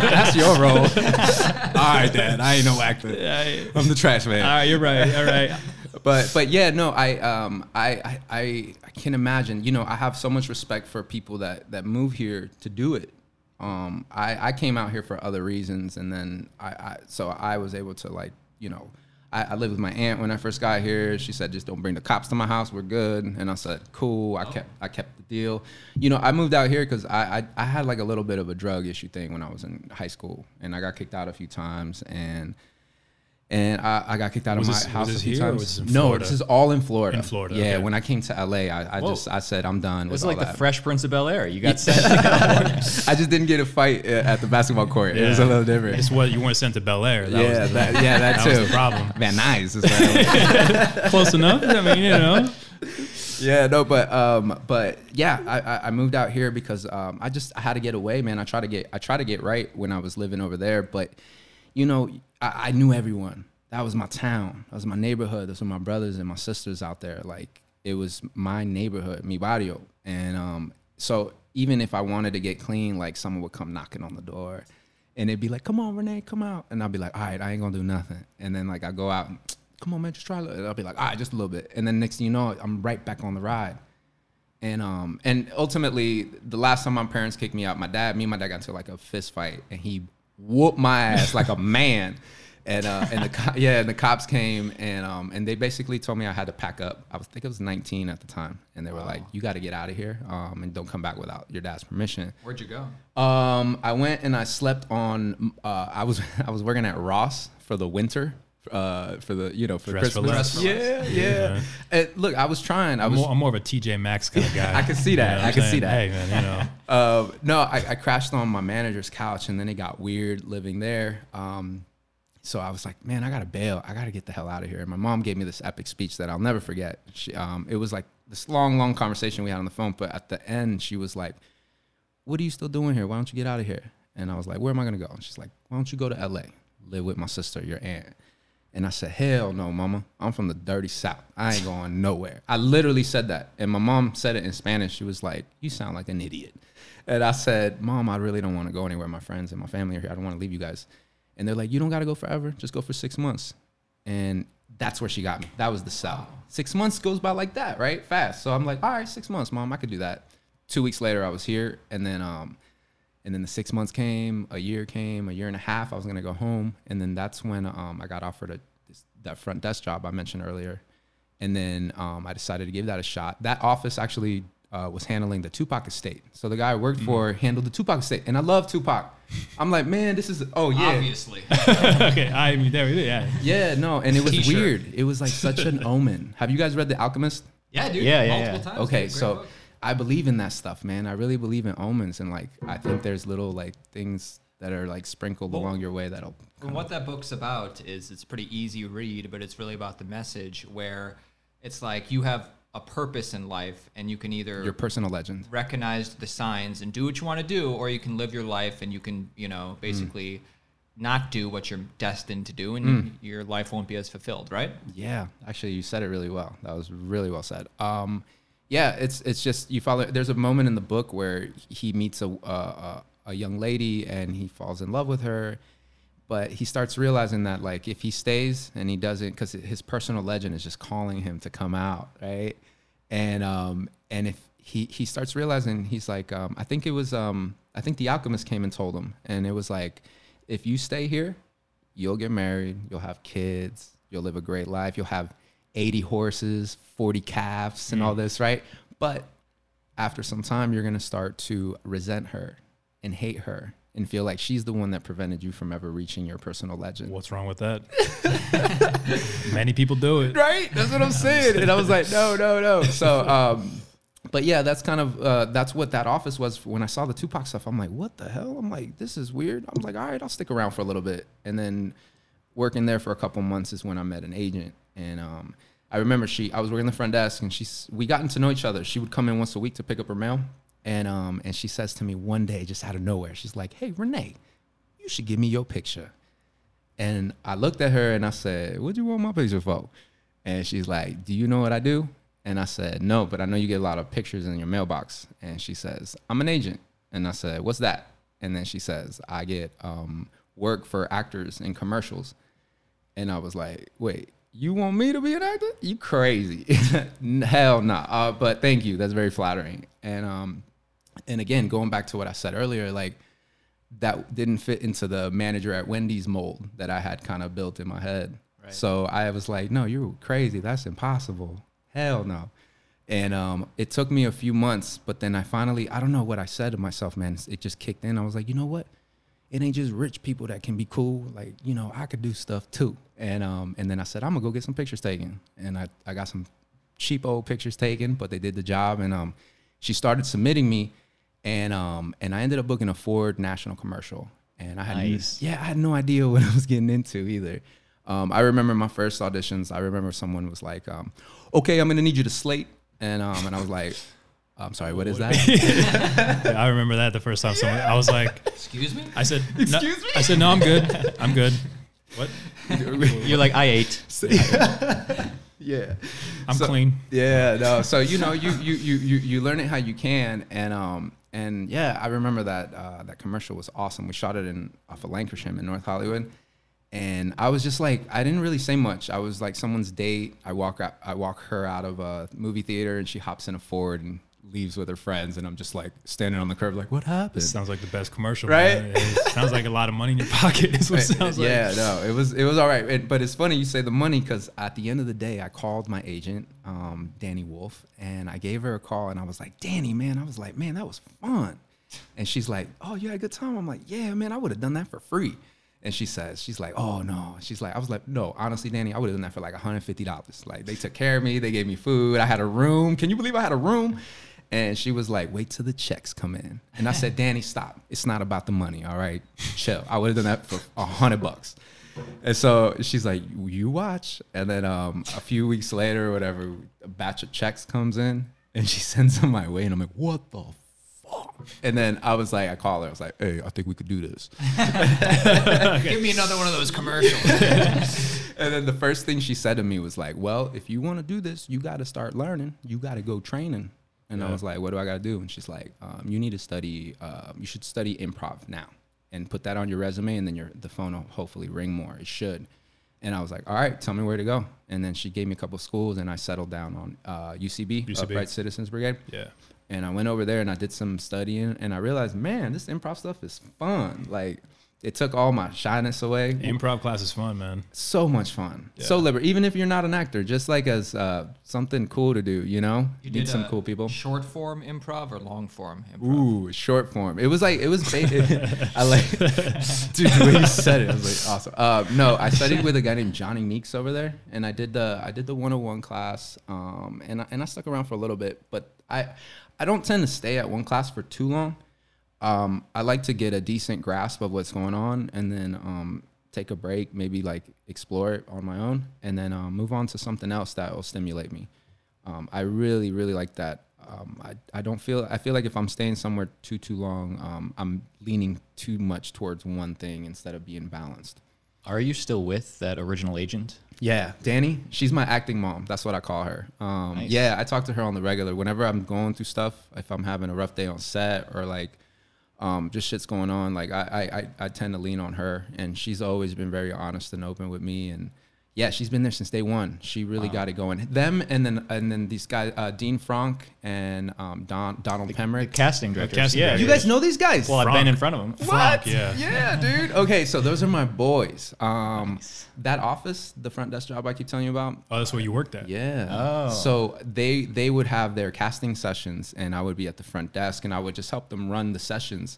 That's your role. All right, Dad. I ain't no actor. I'm the trash man.
right, you're right. All right.
but but yeah, no, I um I I I, I can imagine. You know, I have so much respect for people that that move here to do it. Um, I I came out here for other reasons, and then I, I so I was able to like you know. I, I lived with my aunt when I first got here. She said, "Just don't bring the cops to my house. We're good." And I said, "Cool." I kept I kept the deal. You know, I moved out here because I, I I had like a little bit of a drug issue thing when I was in high school, and I got kicked out a few times, and and I, I got kicked out
Was
of my
this- was
house
this
a few
here or
times.
was this in
no,
Florida?
this is all in Florida.
In Florida,
yeah.
okay.
When I came to LA, I, I just I said I'm done. with
It's like
all
the
that.
Fresh Prince of Bel Air. You got sent.
I just didn't get a fight uh, at the basketball court. It was a
Yeah.
little different.
It's what you weren't sent to Bel Air. That
yeah,
was the,
that, yeah, that,
that
too.
was the problem.
Man, nice. is what I-
Close enough. I mean, you know.
yeah, no, but um, but yeah, I, I- I moved out here because um, I just I had to get away, man. I try to get I try to get right when I was living over there, but you know I, I knew everyone. That was my town. That was my neighborhood. Those were my brothers and my sisters out there. Like it was my neighborhood, mi barrio, and um, so even if I wanted to get clean, like someone would come knocking on the door. And it'd be like, come on, Renee, come out. And I'd be like, all right, I ain't gonna do nothing. And then like I go out and come on, man, just try a little. And I'll be like, all right, just a little bit. And then next thing you know, I'm right back on the ride. And um and ultimately the last time my parents kicked me out, my dad, me and my dad got into like a fist fight and he whooped my ass like a man. And uh and the co- yeah, and the cops came and um and they basically told me I had to pack up. I was I think I was 19 at the time and they were like, "You got to get out of here um and don't come back without your dad's permission."
Where'd you go?
Um, I went and I slept on. Uh, I was I was working at Ross for the winter. Uh, for the you know for
Dress for
Christmas.
less.
yeah, yeah. And look, I was trying. I
I'm
was
more, I'm more of a TJ Maxx kind of guy.
I can see that.
You know what
I
I'm
can see
saying?
that.
Hey, man, you know.
uh, no, I, I crashed on my manager's couch, and then it got weird living there. Um, so I was like, man, I gotta bail. I gotta get the hell out of here. And my mom gave me this epic speech that I'll never forget. She, um, it was like this long, long conversation we had on the phone, but at the end, she was like, "What are you still doing here? Why don't you get out of here?" And I was like, "Where am I gonna go?" And she's like, "Why don't you go to L.A. live with my sister, your aunt?" And I said, "Hell no, mama. I'm from the dirty south. I ain't going nowhere." I literally said that, and my mom said it in Spanish. She was like, "You sound like an idiot." And I said, "Mom, I really don't want to go anywhere. My friends and my family are here. I don't want to leave you guys." And they're like, "You don't got to go forever. Just go for 6 months." And that's where she got me. That was the south. 6 months goes by like that, right? Fast. So I'm like, "All right, 6 months, mom. I could do that." 2 weeks later I was here and then um and then the six months came, a year came, a year and a half. I was gonna go home, and then that's when um, I got offered a this, that front desk job I mentioned earlier, and then um, I decided to give that a shot. That office actually uh, was handling the Tupac estate, so the guy I worked for handled the Tupac estate, and I love Tupac. I'm like, man, this is oh yeah,
Obviously.
okay, I mean, there it is. Yeah.
yeah, no, and it was
T-shirt.
weird. It was like such an omen. Have you guys read The Alchemist?
Yeah, dude.
Yeah, yeah,
multiple
yeah.
times.
okay
dude. Great
so
book.
i believe in that stuff man i really believe in omens and like i think there's little like things that are like sprinkled along your way that'll
And what that book's about is it's a pretty easy read, but it's really about the message where it's like you have a purpose in life and you can either
your personal legend
recognize the signs and do what you want to do, or you can live your life and you can, you
Hmm.
know, basically not do what you're destined to do and
Hmm.
your life won't be as fulfilled, right?
yeah actually you said it really well that was really well said um yeah it's it's just you follow there's a moment in the book where he meets a uh, a, a young lady and he falls in love with her but he starts realizing that like if he stays and he doesn't because his personal legend is just calling him to come out right and um and if he he starts realizing he's like um i think it was um i think the alchemist came and told him and it was like if you stay here you'll get married you'll have kids you'll live a great life you'll have 80 horses 40 calves and all this right but after some time you're going to start to resent her and hate her and feel like she's the one that prevented you from ever reaching your personal legend
What's wrong with that? Many people do it.
right that's what i'm saying and i was like no no no so um but yeah that's kind of uh that's what that office was when i saw the tupac stuff i'm like what the hell i'm like this is weird i'm like all right i'll stick around for a little bit and then working there for a couple months is when i met an agent and um i remember she i was working the front desk and she's we gotten to know each other she would come in once a week to pick up her mail and um and she says to me one day just out of nowhere she's like hey renee you should give me your picture and I looked at her and I said, What do you want my picture for? And she's like, Do you know what I do? And I said, No, but I know you get a lot of pictures in your mailbox. And she says, I'm an agent. And I said, What's that? And then she says, I get um, work for actors in commercials. And I was like, Wait, you want me to be an actor? You crazy. N- Hell no. Uh, but thank you. That's very flattering. And um, and again, going back to what I said earlier, like that didn't fit into the manager at Wendy's mold that I had kind of built in my head. So I was like, no, you're crazy. That's impossible. Hell no. And um, it took me a few months, but then I finally, I don't know what I said to myself, man. It just kicked in. I was like, you know what? It ain't just rich people that can be cool. Like, you know, I could do stuff too. And um, and then I said, I'm gonna go get some pictures taken. And I, I got some cheap old pictures taken, but they did the job. And um, she started submitting me, and um, and I ended up booking a Ford national commercial. And I had
Nice.
yeah, I had no idea what I was getting into either. Um, I remember my first auditions. I remember someone was like, um, "Okay, I'm gonna need you to slate," and um, and I was like, "I'm sorry, what is that?"
Yeah, I remember that the first time someone, I was like,
Excuse me.
I said, excuse me? I said, no, I'm good. I'm good. What?
You're like, I ate.
yeah,
I'm
So-
clean.
yeah, no. So you know, you you you you you learn it how you can, and um and yeah, I remember that uh, that commercial was awesome. We shot it in off of Lancashire in North Hollywood, and I was just like, I didn't really say much. I was like someone's date. I walk out, I walk her out of a movie theater, and she hops in a Ford and leaves with her friends, and I'm just like standing on the curb, like, what happened?
Sounds like the best commercial,
Right?
man. It sounds like a lot of money in your pocket. Is what it sounds like.
yeah, no, it was it was all right. It- but it's funny you say the money because at the end of the day, I called my agent, um, Danny Wolf, and I gave her a call and I was like, Danny, man, I was like, man, that was fun. And she's like, oh, you had a good time. I'm like, yeah, man, I would have done that for free. And she says, she's like, oh no. She's like, I was like, no, honestly, Danny, I would have done that for like $150. Like they took care of me, they gave me food, I had a room. Can you believe I had a room? And she was like, wait till the checks come in. And I said, Danny, stop. It's not about the money. All right. Chill. I would have done that for a hundred bucks. And so she's like, you watch. And then um, a few weeks later or whatever, a batch of checks comes in and she sends them my way. And I'm like, what the fuck? And then I was like, I call her. I was like, hey, I think we could do this.
Give me another one of those commercials.
And then the first thing she said to me was like, "Well, if you want to do this, you got to start learning. You got to go training." And I was like, "What do I got to do?" And she's like, um, "You need to study. Uh, you should study improv now, and put that on your resume, and then your the phone will hopefully ring more. It should." And I was like, "All right, tell me where to go." And then she gave me a couple schools, and I settled down on uh, UCB,
UCB.
Upright Citizens Brigade.
Yeah.
And I went over there and I did some studying, and I realized, man, this improv stuff is fun. Like, it took all my shyness away
Improv class is fun, man.
so much fun, so liber. Even if you're not an actor, just like as uh, something cool to do, you know,
You
meet
did uh,
some
a
cool people.
Short form improv or long form improv?
Ooh, short form. It was like it was. Ba- I like, dude, the way you said it, it was like awesome. Uh, no, I studied with a guy named Johnny Meeks over there, and I did the I did the 101 class, um, and I, and I stuck around for a little bit, but I I don't tend to stay at one class for too long. Um, I like to get a decent grasp of what's going on, and then um, take a break, maybe like explore it on my own, and then um, move on to something else that will stimulate me. Um, I really, really like that. Um, I, I don't feel I feel like if I'm staying somewhere too too long, um, I'm leaning too much towards one thing instead of being balanced.
Are you still with that original agent?
Yeah, Danny, she's my acting mom. That's what I call her. Um,
Nice.
Yeah, I talk to her on the regular. Whenever I'm going through stuff, if I'm having a rough day on set or like um, just shit's going on, like I, I, I, I tend to lean on her. And she's always been very honest and open with me. And yeah, she's been there since day one. She really got it going. Them and then and then these guys, uh, Dean Frank and um, Don, Donald Pemrick.
Casting director.
Uh, casting
yeah.
director.
you guys know these guys?
Well, I've
Frank.
been in front of him.
Frank, yeah.
Yeah, dude. Okay, so those are my boys. Um, That office, the front desk job I keep telling you about,
Oh, that's where you worked at.
yeah.
Oh.
So they they would have their casting sessions, and I would be at the front desk, and I would just help them run the sessions.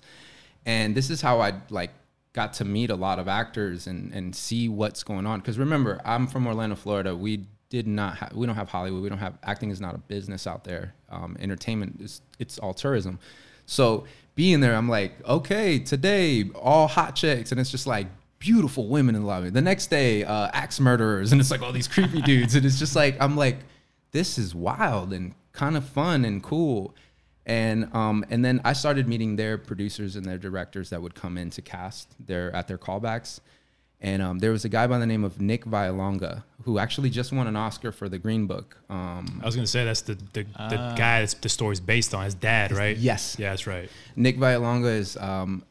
And this is how I like got to meet a lot of actors and and see what's going on. Because remember, I'm from Orlando, Florida. We did not ha- we don't have Hollywood. We don't have acting is not a business out there. Um, entertainment is it's all tourism. So being there, I'm like, okay, today all hot chicks, and it's just like beautiful women in love. The next day, uh, axe murderers, and it's like all these creepy dudes, and it's just like I'm like, this is wild and kind of fun and cool. And um, and then I started meeting their producers and their directors that would come in to cast their at their callbacks. And um, there was a guy by the name of Nick Vialonga who actually just won an Oscar for The Green Book. Um,
I was gonna say that's the the, the guy that's the story's based on. His dad, right?
Ah. yes.
Yeah, that's right.
Nick Vialonga is um,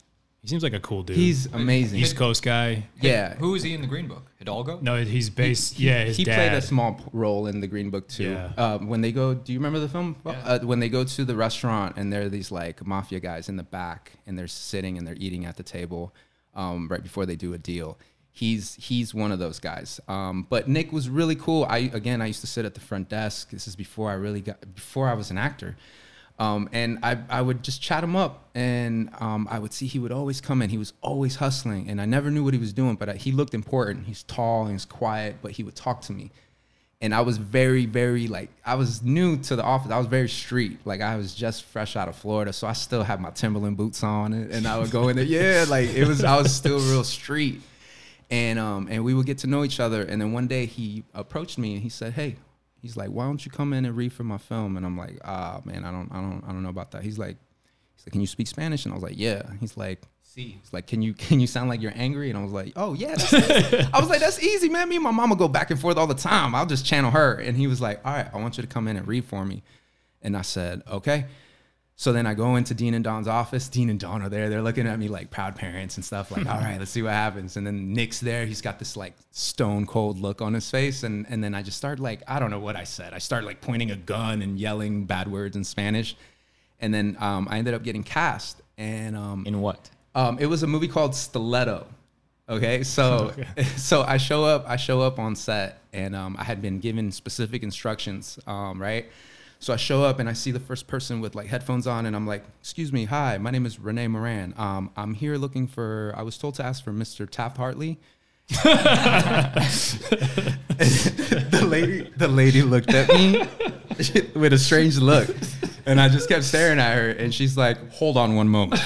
He seems like a cool dude.
he's amazing.
East Coast guy.
yeah,
Who is he in the Green Book? Hidalgo?
No, he's based. yeah, his
he
dad.
played a small p- role in the Green Book too.
Yeah.
Um, when they go, do you remember the film? Uh, when they go to the restaurant and there are these like mafia guys in the back and they're sitting and they're eating at the table um, right before they do a deal. he's he's one of those guys. Um, but Nick was really cool. I again, I used to sit at the front desk. This is before I really got before I was an actor. Um, and I, I would just chat him up and um, I would see he would always come in. He was always hustling and I never knew what he was doing, but I, he looked important. He's tall and he's quiet, but he would talk to me. And I was very, very like, I was new to the office. I was very street. Like, I was just fresh out of Florida. So I still had my Timberland boots on and, and I would go in there. Yeah, like it was, I was still real street. And, um, and we would get to know each other. And then one day he approached me and he said, Hey, he's like, "Why don't you come in and read for my film?" And I'm like, "Ah, man, I don't, I don't, I don't know about that." He's like, "He's like, can you speak Spanish?" And I was like, "Yeah." He's like,
See.
He's like, "Can you, can you sound like you're angry?" And I was like, "Oh yeah." That's, that's- I was like, "That's easy, man. Me and my mama go back and forth all the time. I'll just channel her." And he was like, "All right, I want you to come in and read for me." And I said, "Okay." So then I go into Dean and Don's office. Dean and Don are there. They're looking at me like proud parents and stuff. Like, all right, let's see what happens. And then Nick's there. He's got this like stone cold look on his face. And and then I just start like I don't know what I said. I start like pointing a gun and yelling bad words in Spanish. And then um, I ended up getting cast. And um,
In what?
um, it was a movie called Stiletto. Okay, so so I show up, I show up on set, and um, I had been given specific instructions, um, right? So I show up and I see the first person with like headphones on, and I'm like, "Excuse me, hi, my name is Renee Moran. Um, I'm here looking for. I was told to ask for Mr. Taft Hartley." the lady the lady looked at me with a strange look and i just kept staring at her and she's like hold on one moment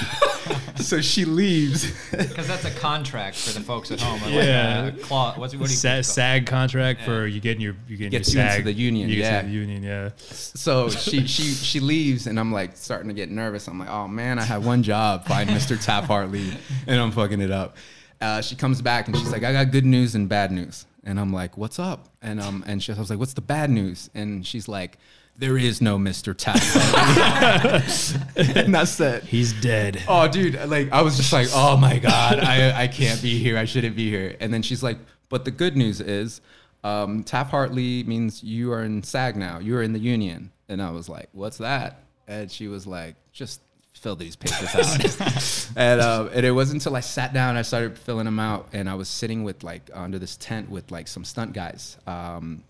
so she leaves
Because that's a contract for the folks at home.
Yeah.
Like a, a claw, what's, what do you
Sa- SAG contract for you getting your you getting
Gets
your
you into
SAG
the union,
You get
yeah.
into the union. Yeah.
so she she she leaves and i'm like starting to get nervous i'm like oh man i had one job find mr tap hartley and i'm fucking it up uh, she comes back and she's like i got good news and bad news and i'm like what's up and um and she, i was like what's the bad news and she's like there is no mr tap Hartley." and that's it
He's dead.
Oh, dude, like I was just like, oh my god, I I can't be here. I shouldn't be here. And then she's like, but the good news is, um, Tap Hartley means you are in SAG now. You are in the union. And I was like, what's that? And she was like, just fill these papers out. and um, and it wasn't until I sat down, I started filling them out, and I was sitting with like under this tent with like some stunt guys. Um,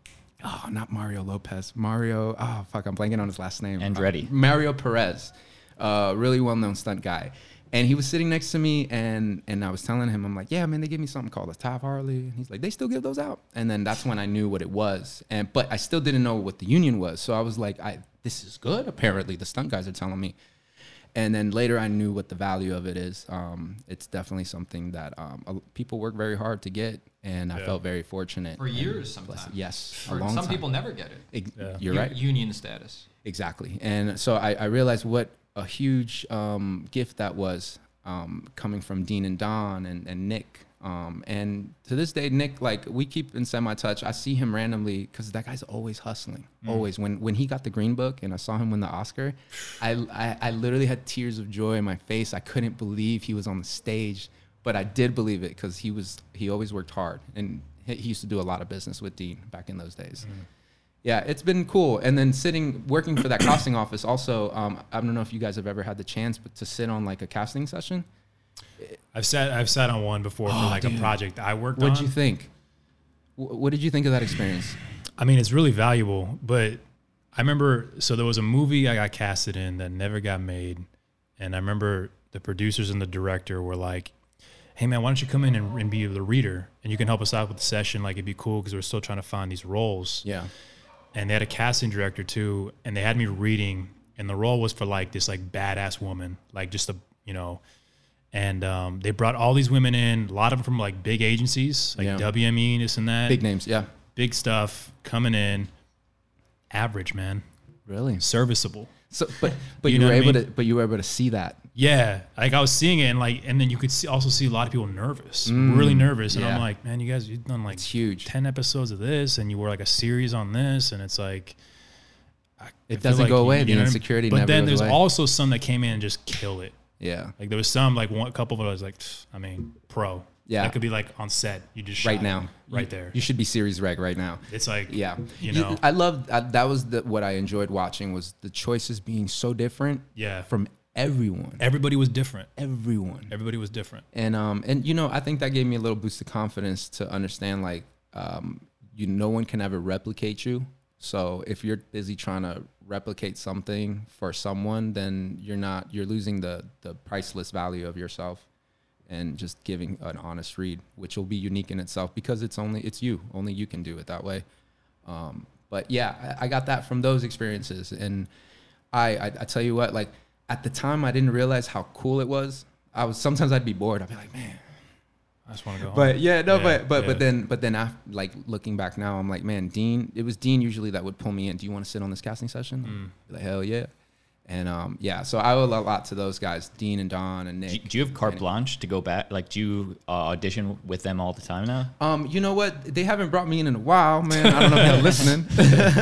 oh, not Mario Lopez. Mario. Oh fuck, I'm blanking on his last name.
Andretti.
Uh, Mario Perez, uh, really well-known stunt guy, and he was sitting next to me, and and I was telling him, I'm like, yeah, man, they give me something called a Top Harley, and he's like, they still give those out, and then that's when I knew what it was, and but I still didn't know what the union was, so I was like, I this is good. Apparently, the stunt guys are telling me. And then later, I knew what the value of it is. Um, it's definitely something that um, a- people work very hard to get, and I felt very fortunate.
For years sometimes.
Yes,
For some people never get it.
Ex- You're
U-
right.
Union status.
Exactly. And so I, I realized what a huge um, gift that was um, coming from Dean and Don and, and Nick. Um, and to this day, Nick, like we keep in semi touch. I see him randomly because that guy's always hustling. Always. When when he got the Green Book and I saw him win the Oscar, I, I I literally had tears of joy in my face. I couldn't believe he was on the stage, but I did believe it because he was he always worked hard and he he used to do a lot of business with Dean back in those days. Yeah, it's been cool. And then sitting, working for that casting office. Also, um, I don't know if you guys have ever had the chance, but to sit on like a casting session.
I've sat I've sat on one before for like a project I worked on.
What did Oh, you think? Wh- What did you think of that experience?
I mean, it's really valuable, but I remember so there was a movie I got casted in that never got made, and I remember the producers and the director were like, "Hey man, why don't you come in and, and be the reader, and you can help us out with the session? Like it'd be cool because we're still trying to find these roles."
Yeah,
and they had a casting director too, and they had me reading, and the role was for like this like badass woman, like just a you know, and um, they brought all these women in, a lot of them from like big agencies, like
Yeah.
WME, this and that,
big names. Yeah,
big stuff coming in, average man,
really.
serviceable.
So, but but you,
You know
were
what I
able
mean?
to but you were able to see that.
Yeah, like I was seeing it, and like, and then you could see, also see a lot of people nervous, really nervous, and
Mm. yeah.
I'm like, man, you guys, you've done like
It's huge.
ten episodes of this, and you were like a series on this, and it's like. I
It
feel
doesn't
like
go
you-
away.
you
the
know what I mean?
insecurity
But
never
then
goes
there's
away.
also some that came in and just kill it.
yeah,
Like there was some like one couple that I was like, "Pfft, I mean, pro.
Yeah.
That could be like on set. You just
right
shot
now,
Right
You-
there.
You should be series reg right now.
it's like
Yeah,
You know.
I love that. That was the, what I enjoyed watching was the choices being so different.
Yeah.
from Everyone,
Everybody was different.
everyone.
Everybody was different.
And um and you know, I think that gave me a little boost of confidence to understand like um you no one can ever replicate you. So if you're busy trying to replicate something for someone, then you're not you're losing the the priceless value of yourself and just giving an honest read, which will be unique in itself because it's only it's you. Only you can do it that way. Um, but yeah, I, I got that from those experiences, and I, I I tell you what, like at the time, I didn't realize how cool it was. I was sometimes I'd be bored. I'd be like, man.
I just want to go home.
But yeah, no,
Oh. Yeah,
but but
yeah.
but then but then after like looking back now, I'm like, man, Dean. It was Dean usually that would pull me in. Do you want to sit on this casting session?
Mm.
Be Like hell yeah, and um yeah. So I owe a lot to those guys, Dean and Don and Nick.
Do, do you have carte blanche to go back? Like, do you uh, audition with them all the time now?
Um, you know what? They haven't brought me in in a while, man. I don't know if they're listening.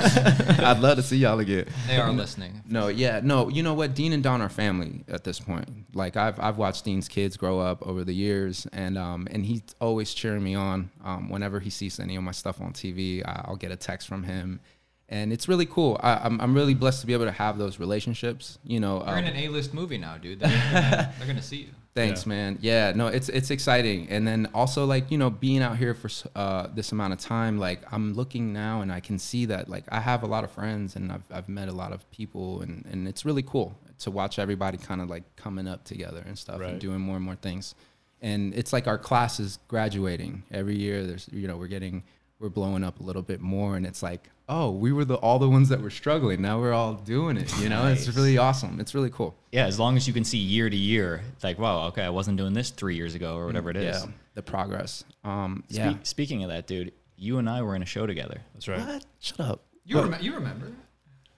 I'd love to see y'all again.
They are listening.
No, yeah, no. You know what? Dean and Don are family at this point. Like I've I've watched Dean's kids grow up over the years, and um and he's always cheering me on. Um, whenever he sees any of my stuff on TV, I- I'll get a text from him, and it's really cool. I, I'm I'm really blessed to be able to have those relationships. You know,
You're in
Oh.
um,
an A-list movie now, dude. They're gonna, they're gonna see you.
Thanks, man. Yeah, no, it's it's exciting, and then also like you know being out here for s- uh, this amount of time, like I'm looking now and I can see that like I have a lot of friends and I've I've met a lot of people, and and it's really cool to watch everybody kind of like coming up together and stuff
Right.
and doing more and more things, and it's like our class is graduating every year. There's you know we're getting we're blowing up a little bit more, and it's like oh we were the all the ones that were struggling. Now we're all doing it. You know, it's really awesome. It's really cool.
Yeah, as long as you can see year to year, it's like, wow, okay, I wasn't doing this three years ago or whatever it is.
Yeah, the progress. Um,
Spe-
yeah.
speaking of that, dude, you and I were in a show together.
That's right.
Shut up.
You, rem- you remember?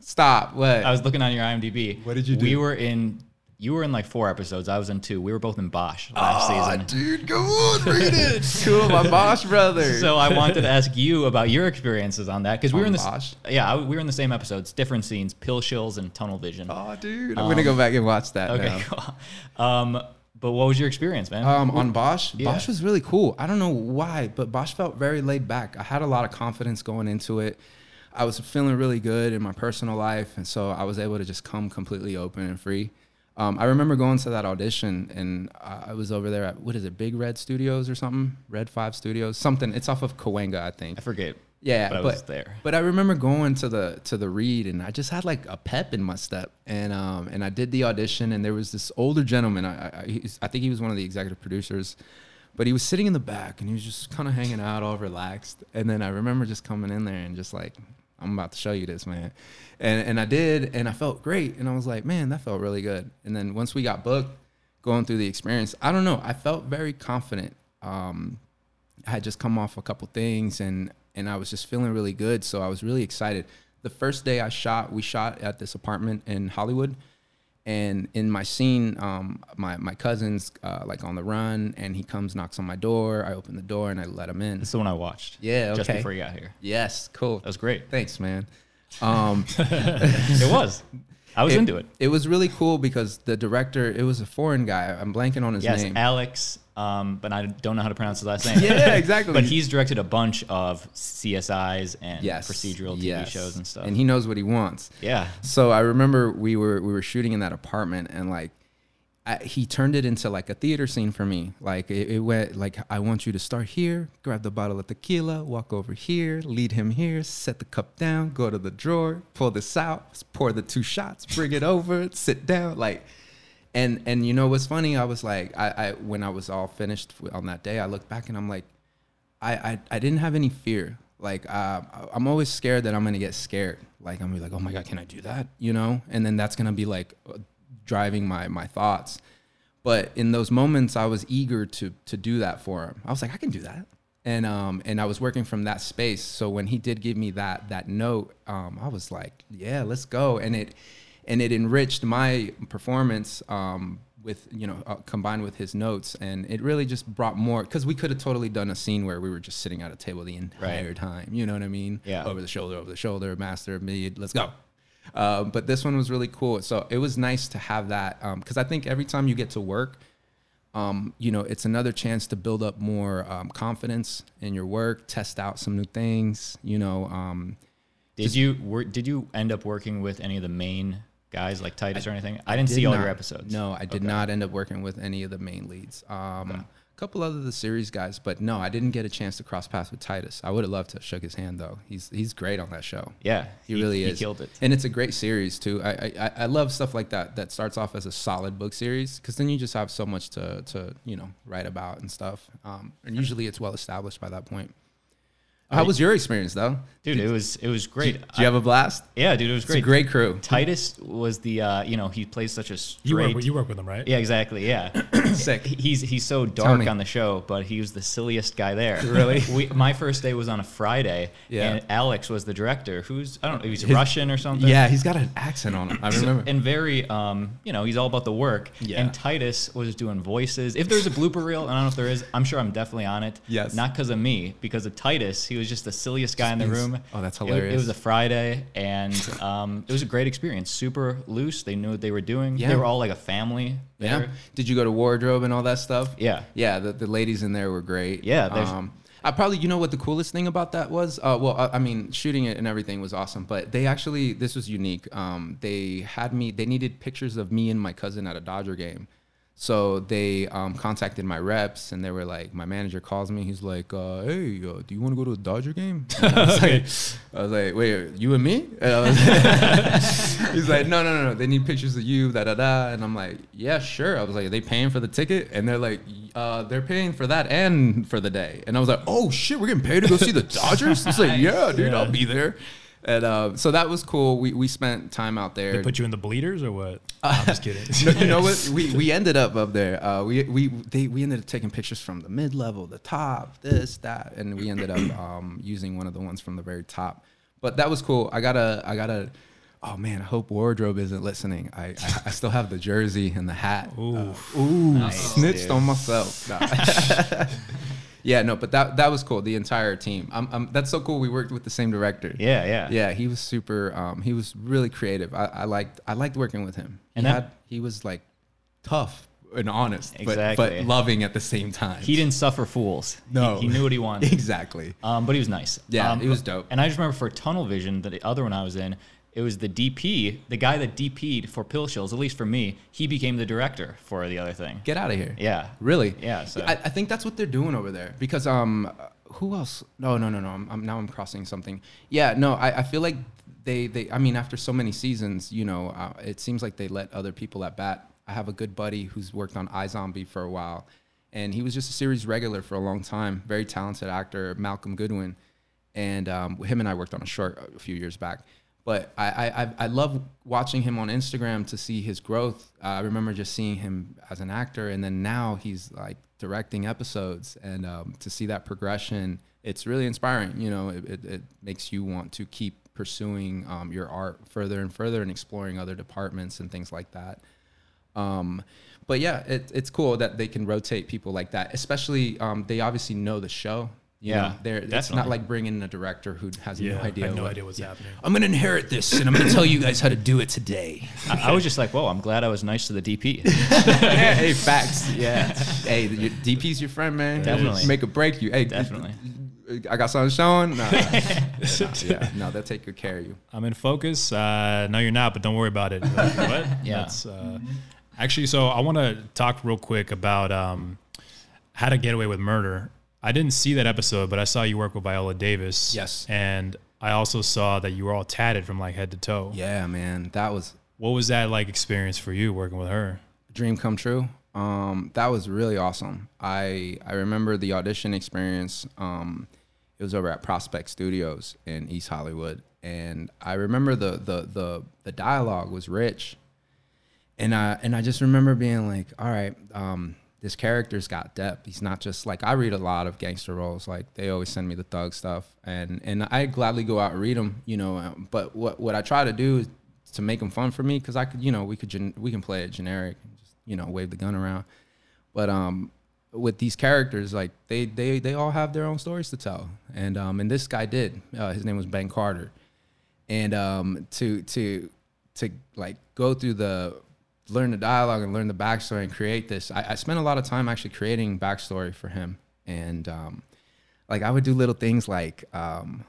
Stop. What?
I was looking on your IMDb.
What did you
We
do?
were in. You were in like four episodes. I was in two. We were both in Bosch last season.
dude, go on, read it. Two of my Bosch brothers.
So I wanted to ask you about your experiences on that because we
On
were in the s-
Bosch?
yeah I- we were in the same episodes, different scenes, pill shills and tunnel vision.
oh, dude, I'm gonna go back and watch that.
okay,
now.
cool. Um, but what was your experience, man?
Um, on Bosch,
Yeah.
Bosch was really cool. I don't know why, but Bosch felt very laid back. I had a lot of confidence going into it. I was feeling really good in my personal life, and so I was able to just come completely open and free. Um, I remember going to that audition, and I I was over there at what is it, Big Red Studios or something? Red Five Studios, something. It's off of Cahuenga, I think.
I forget.
Yeah,
but I
but,
was there.
But I remember going to the to the read, and I just had like a pep in my step, and um and I did the audition, and there was this older gentleman. I I, he's, I think he was one of the executive producers, but he was sitting in the back, and he was just kind of hanging out, all relaxed. And then I remember just coming in there and just like. I'm about to show you this, man, and and I did, and I felt great, and I was like, man, that felt really good. And then once we got booked, going through the experience, I don't know, I felt very confident. Um, I had just come off a couple things and and I was just feeling really good, so I was really excited. The first day I shot, we shot at this apartment in Hollywood, and in my scene, um, my my cousin's uh, like on the run, and he comes knocks on my door. I open the door and I let him in.
It's the one I watched.
Yeah,
Just
okay.
before you got here.
Yes, cool.
That was great.
Thanks, man. Um,
It was. I was into it.
it was really cool because the director, it was a foreign guy. I'm blanking on his
Yes,
name.
Alex. Um, but I don't know how to pronounce his last name.
Yeah, exactly.
But he's directed a bunch of CSIs and procedural TV
yes.
shows and stuff.
and he knows what he wants.
yeah,
So I remember we were we were shooting in that apartment and like I, he turned it into like a theater scene for me. Like it, it went like I want you to start here, grab the bottle of tequila, walk over here, lead him here, set the cup down, go to the drawer, pull this out, pour the two shots, bring it over, sit down, like. And and you know what's funny? I was like, I, I when I was all finished on that day, I looked back and I'm like, I, I, I didn't have any fear. Like uh, I- I'm always scared that I'm gonna get scared. Like I'm gonna be like, oh my god, can I do that? You know, and then that's gonna be like uh, driving my my thoughts. But in those moments, I was eager to to do that for him. I was like, I can do that, and um and I was working from that space. So when he did give me that that note, um I was like, yeah, let's go. And it and it enriched my performance um, with you know uh, combined with his notes and it really just brought more because we could have totally done a scene where we were just sitting at a table the entire time you know what i mean
Yeah.
over the shoulder over the shoulder master mid let's go uh, but this one was really cool so it was nice to have that because i think every time you get to work um, you know, it's another chance to build up more um, confidence in your work, test out some new things. You know, um,
Did you were, did you end up working with any of the main guys like Titus or anything? I didn't see all your episodes.
No, I did not end up working with any of the main leads. Um, A couple other of the series guys, but no, I didn't get a chance to cross paths with Titus. I would have loved to have shook his hand though. He's he's great on that show.
Yeah,
he, really
he
is.
killed it.
and it's a great series too. I I, I- I love stuff like that that starts off as a solid book series because then you just have so much to to you know write about and stuff. Um, and usually it's well established by that point. How was your experience though?
Dude, it was it was great.
Did you have a blast?
yeah, dude, it was
It's a
great.
great crew.
Titus was the uh, you know he plays such a straight.
You work, you work with them, right?
yeah, exactly. Yeah,
Sick.
he's he's so
me.
dark on the show, but he was the silliest guy there. Really, we, my first day was on a Friday,
Yeah.
and Alex was the director, who's I don't know, he's Russian or something.
Yeah, he's got an accent on him. I remember.
and very um, you know he's all about the work
Yeah.
and titus was doing voices if there's a blooper reel and i don't know if there is i'm sure i'm definitely on it
Yes.
not because of me because of titus he was just the silliest guy in the
being s-
room
Oh, that's
It wa- it,
hilarious.
was a friday and um, it was a great experience super loose they knew what they were doing
Yeah.
they were all like a family
Yeah.
there.
Did you go to wardrobe and all that stuff?
Yeah.
Yeah. The, the ladies in there were great.
Yeah, there's-
Um, I probably, you know what the coolest thing about that was? Uh, well, I, I mean, shooting it and everything was awesome, but they actually, this was unique. Um, they had me, they needed pictures of me and my cousin at a Dodger game. So they um, contacted my reps and they were like, my manager calls me. He's like, uh, hey, uh, do you want to go to a Dodger game? And I, was like, I was like, wait, you and me? And I was He's like, no, no, no, no. They need pictures of you, da da da. And I'm like, yeah, sure. I was like, are they paying for the ticket? And they're like, uh, they're paying for that and for the day. And I was like, oh shit, we're getting paid to go see the Dodgers. He's like, yeah, dude, I'll be there. And uh, so that was cool. We we spent time out there.
They put you in the bleeders or what? No, I'm just kidding.
No, you know what? We, we ended up up there. Uh, we we they, we ended up taking pictures from the mid level, the top, this, that, and we ended up um, using one of the ones from the very top. But that was cool. I gotta I gotta. Oh man, I hope wardrobe isn't listening. I I, I still have the jersey and the hat. Ooh, ooh, snitched on myself. Nah. yeah, no, but that that was cool. The entire team. Um, um, that's so cool. We worked with the same director.
yeah yeah
Yeah, he was super. Um, he was really creative. I, I liked. I liked working with him.
And
he,
that-
had, he was like tough and honest, but,
Exactly.
but loving at the same time.
he didn't suffer fools He-
No.
he, knew what he wanted
exactly.
Um, but he was nice.
Yeah,
um,
he was dope.
And I just remember for Tunnel Vision, the other one I was in, it was the DP, the guy that DP'd for Pill Shills, at least for me, he became the director for the other thing.
Get out of here.
Yeah.
Really?
Yeah, so-
I, I think that's what they're doing over there because um, uh, who else? No, no, no, no. I'm, I'm now I'm crossing something. Yeah, no. I, I feel like they they. I mean, after so many seasons, you know, uh, it seems like they let other people at bat. I have a good buddy who's worked on iZombie for a while, and he was just a series regular for a long time. Very talented actor, Malcolm Goodwin, and um, him and I worked on a short a few years back. But I, I, I- I love watching him on Instagram to see his growth. Uh, I remember just seeing him as an actor, and then now he's like directing episodes, and um, to see that progression, it's really inspiring. You know, it, it, it makes you want to keep pursuing um, your art further and further, and exploring other departments and things like that. Um, but yeah, it, it's cool that they can rotate people like that, especially um, they obviously know the show. you
Yeah,
know, they're, it's not
definitely.
like bringing in a director who has no idea.
I have no
what-
idea what's happening.
I'm gonna inherit this, and I'm gonna tell you guys how to do it today.
I, I was just like, whoa, I'm glad I was nice to the DP.
hey, facts. Yeah. Hey, your DP's your friend, man.
Definitely.
Make a break you. Hey,
Definitely.
I got something showing. No, no, yeah, no, they'll take good care of you.
I'm in focus. Uh, no, you're not, but don't worry about it. Like, what?
Yeah.
That's, uh, actually, so I want to talk real quick about um, how to get away with murder. I didn't see that episode, but I saw you work with Viola Davis.
Yes.
And I also saw that you were all tatted from like head to toe.
Yeah, man, that was
What was that like experience for you working with her?
dream come true. Um, that was really awesome. I I remember the audition experience. Um, it was over at Prospect Studios in East Hollywood, and I remember the the the the dialogue was rich, and I and I just remember being like, all right, um, this character's got depth. He's not just like I read a lot of gangster roles. Like they always send me the thug stuff, and and I gladly go out and read them, you know. um, But what what I try to do is to make them fun for me because I could, you know, we could gen- we can play it generic, and just you know, wave the gun around. But um, with these characters, like they they they all have their own stories to tell, and um, and this guy did. Uh, his name was Ben Carter and um, to to to like go through the learn the dialogue and learn the backstory and create this. I, I spent a lot of time actually creating backstory for him, and um, like I would do little things like um,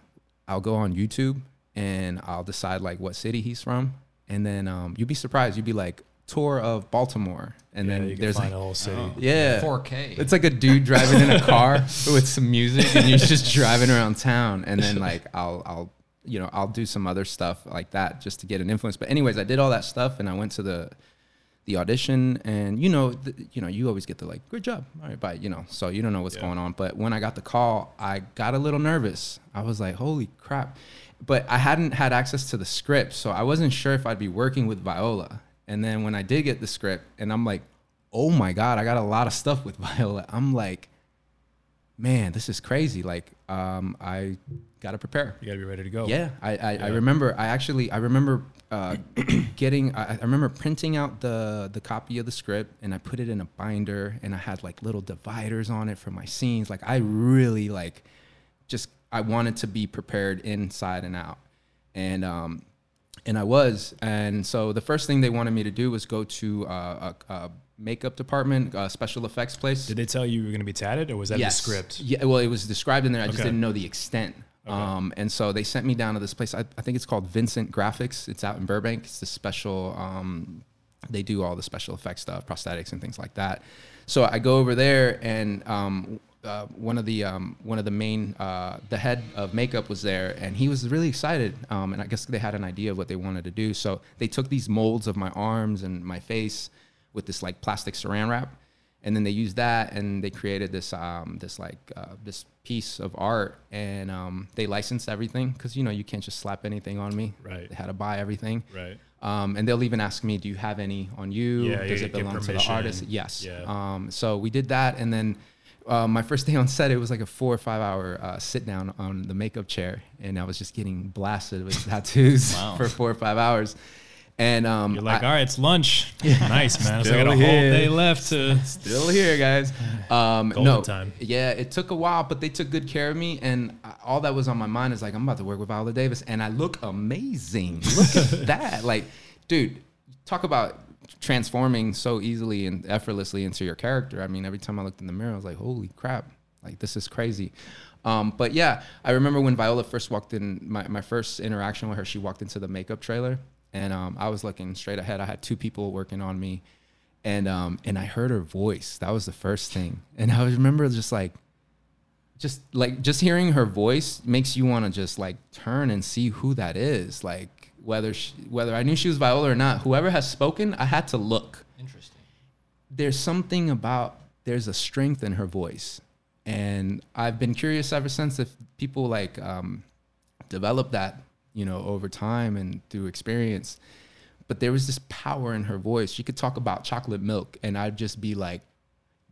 I'll go on YouTube and I'll decide like what city he's from, and then um, you'd be surprised. You'd be like tour of Baltimore, and
Yeah,
then
you can
there's Oh.
find
like,
the whole city.
yeah
4K.
It's like a dude driving in a car with some music, and you're just driving around town. And then like I'll I'll you know I'll do some other stuff like that just to get an influence. But anyways, I did all that stuff, and I went to the the audition and you know th- you know you always get the like good job all right bye you know so you don't know what's going on but when i got the call i got a little nervous i was like holy crap but i hadn't had access to the script so i wasn't sure if i'd be working with viola and then when i did get the script and i'm like oh my god i got a lot of stuff with viola i'm like man this is crazy like um, i gotta prepare
You got to be ready to go.
yeah, I, I, I remember. I actually I remember uh, getting. I, I remember printing out the the copy of the script and I put it in a binder and I had like little dividers on it for my scenes. Like I really like, just I wanted to be prepared inside and out, and um, and I was. And so the first thing they wanted me to do was go to uh, a, a makeup department, a special effects place.
Did they tell you you were going to be tatted, or was that
Yes.
the script?
Yeah, well, it was described in there. I just
Okay.
didn't know the extent. Um, and so they sent me down to this place. I, I think it's called Vincent Graphics. It's out in Burbank. It's the special. Um, they do all the special effects stuff, prosthetics and things like that. So I go over there, and um, uh, one of the um, one of the main uh, the head of makeup was there, and he was really excited. Um, and I guess they had an idea of what they wanted to do. So they took these molds of my arms and my face with this like plastic saran wrap and then they used that and they created this um, this like uh, this piece of art and um, they licensed everything because you know you can't just slap anything on me
Right.
they had to buy everything
Right.
um, and they'll even ask me do you have any on you
Yeah,
does
yeah,
it
get
belong to the
permission.
artist yes
Yeah.
um, so we did that and then uh, my first day on set, it was like a four or five hour uh, sit down on the makeup chair, and I was just getting blasted with tattoos for four or five hours. And um,
You're like,
I-
all right, it's lunch. Nice, man. So I got a
Still
whole
here.
day left to.
still here, guys. Um,
Golden
no,
time.
yeah, it took a while, but they took good care of me, and I- all that was on my mind is like, I'm about to work with Viola Davis, and I look amazing. Look at that, like, dude, talk about transforming so easily and effortlessly into your character. I mean, every time I looked in the mirror, I was like, holy crap, like this is crazy. Um, but yeah, I remember when Viola first walked in, my, my first interaction with her, she walked into the makeup trailer, and um, I was looking straight ahead. I had two people working on me and um and I heard her voice. That was the first thing, and I remember just like, just like just hearing her voice makes you want to just like turn and see who that is. Like whether she, whether I knew she was Viola or not, whoever has spoken, I had to look.
Interesting.
There's something about there's a strength in her voice, and I've been curious ever since if people like um, develop that you know over time and through experience but there was this power in her voice. She could talk about chocolate milk, and I'd just be like,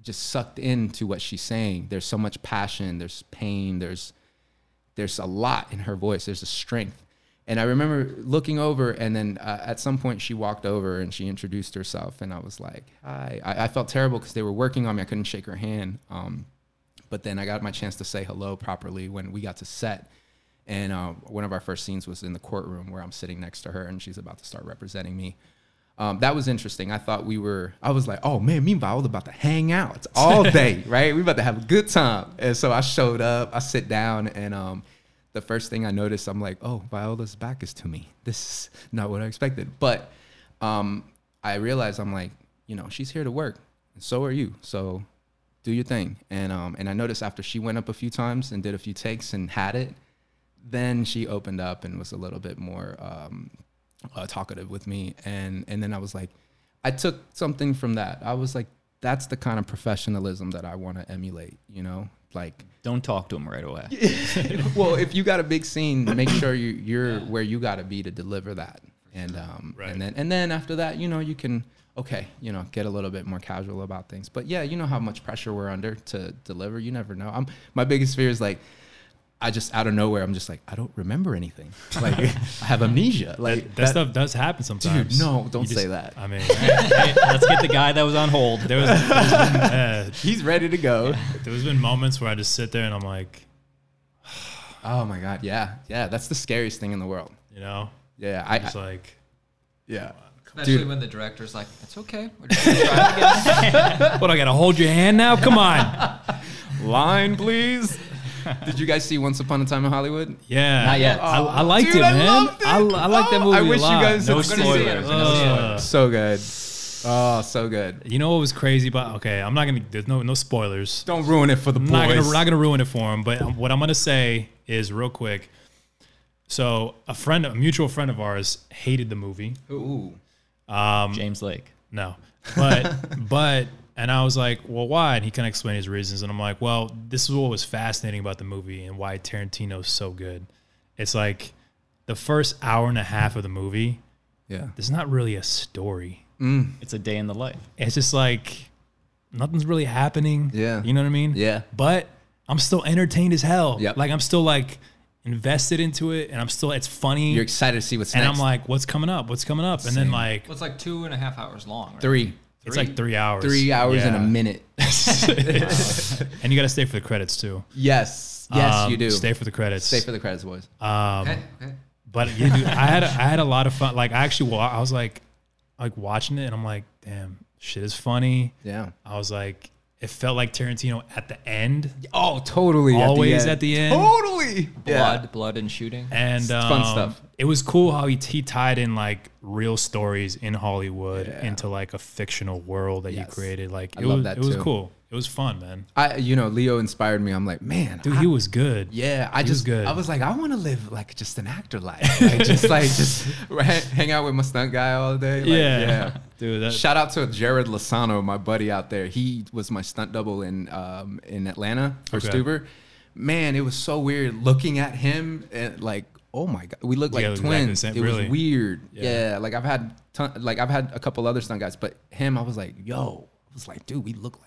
just sucked into what she's saying. There's so much passion. There's pain. There's there's a lot in her voice. There's a strength. And I remember looking over, and then uh, at some point she walked over and she introduced herself, and I was like, "Hi." I, I felt terrible because they were working on me. I couldn't shake her hand. Um, but then I got my chance to say hello properly when we got to set. And uh, one of our first scenes was in the courtroom where I'm sitting next to her and she's about to start representing me. Um, that was interesting. I thought we were, I was like, oh man, me and Viola about to hang out all day, right? We about to have a good time. And so I showed up, I sit down, and um, the first thing I noticed, I'm like, oh, Viola's back is to me. This is not what I expected. But um, I realized I'm like, you know, she's here to work, and so are you. So do your thing. And um, and I noticed after she went up a few times and did a few takes and had it, then she opened up and was a little bit more um, uh, talkative with me. And and then I was like, I took something from that. I was like, that's the kind of professionalism that I want to emulate. You know, like
Don't talk to him right away.
well, if you got a big scene, make sure you, you're where you got to be to deliver that. And um,
Right.
and then and then after that, you know, you can okay, you know, get a little bit more casual about things. But yeah, you know how much pressure we're under to deliver. You never know. I'm my biggest fear is like. I just out of nowhere, I'm just like I don't remember anything. Like I have amnesia. Like
That, stuff does happen sometimes.
no, don't
You
say that.
I mean,
Hey, let's get the guy that was on hold.
there was uh,
he's ready to go.
there's been moments where I just sit there and I'm like,
Oh my god, yeah, yeah. That's the scariest thing in the world.
you know,
Yeah, I,
it's
I
like
yeah.
Especially
Dude.
when the director's like, "It's okay, we're just gonna try it again."
What I gotta hold your hand now? Come on.
Line, please. Did you guys see Once Upon a Time in Hollywood?
Yeah.
Not yet.
I, I liked
Dude,
it,
I
man.
loved it.
I, I like that
Oh,
movie
I wish
a lot.
you guys
No
had seen it.
spoilers.
Uh,
So good. Oh, so good.
you know what was crazy about? Okay, I'm not gonna. There's no no spoilers.
Don't ruin it for the
I'm not gonna,
boys.
we're not gonna ruin it for him. But um, what I'm gonna say is real quick. So a friend, a mutual friend of ours, hated the movie.
Ooh.
Um,
James Lake.
No, but but and I was like, well, why? And he kind of explained his reasons, and I'm like, well, this is what was fascinating about the movie and why Tarantino's so good. It's like the first hour and a half of the movie.
Yeah.
There's not really a story.
It's a day in the life.
It's just like nothing's really happening.
Yeah.
You know what I mean?
Yeah.
But I'm still entertained as hell.
Yep.
Like I'm still like invested into it and I'm still it's funny.
You're excited to see what's
and
next.
I'm like, what's coming up? What's coming up? And then like
Well, it's like two and a half hours long. Right?
three.
it's like three hours.
Three hours and a
Yeah.
minute.
And you gotta stay for the credits too.
Yes. Yes,
Um,
you do.
Stay Uh, for the credits.
Stay for the credits, boys.
Okay, okay.
but yeah, dude, I had a, I had a lot of fun. Like I actually, wa- I was like, like watching it, and I'm like, damn, shit is funny.
yeah.
I was like, it felt like Tarantino at the end,
Oh, totally.
always at the
Oh,
end,
Totally.
Blood, blood, and shooting.
and um,
fun stuff.
It was cool how he he tied in like real stories in Hollywood into like a fictional world that
Yes.
he created. Like
I
it
love
was
that
it was
too.
cool. It was fun, man.
I, you know, Leo inspired me. I'm like, man,
Dude,
I-
he was good.
yeah, I
he was
just,
good.
I was like, I want to live like just an actor life, like, just like just ra- hang out with my stunt guy all day. Like,
yeah.
yeah.
dude. That,
Shout out to Jared Lasano, my buddy out there. He was my stunt double in um, in Atlanta for
Okay.
Stuber. Man, it was so weird looking at him and like, oh my god, we look like
Yeah, exactly the
twins.
same-
it
really.
was weird. Yeah.
Yeah.
like I've had ton, like I've had a couple other stunt guys, but him, I was like, yo, I was like, dude, we look like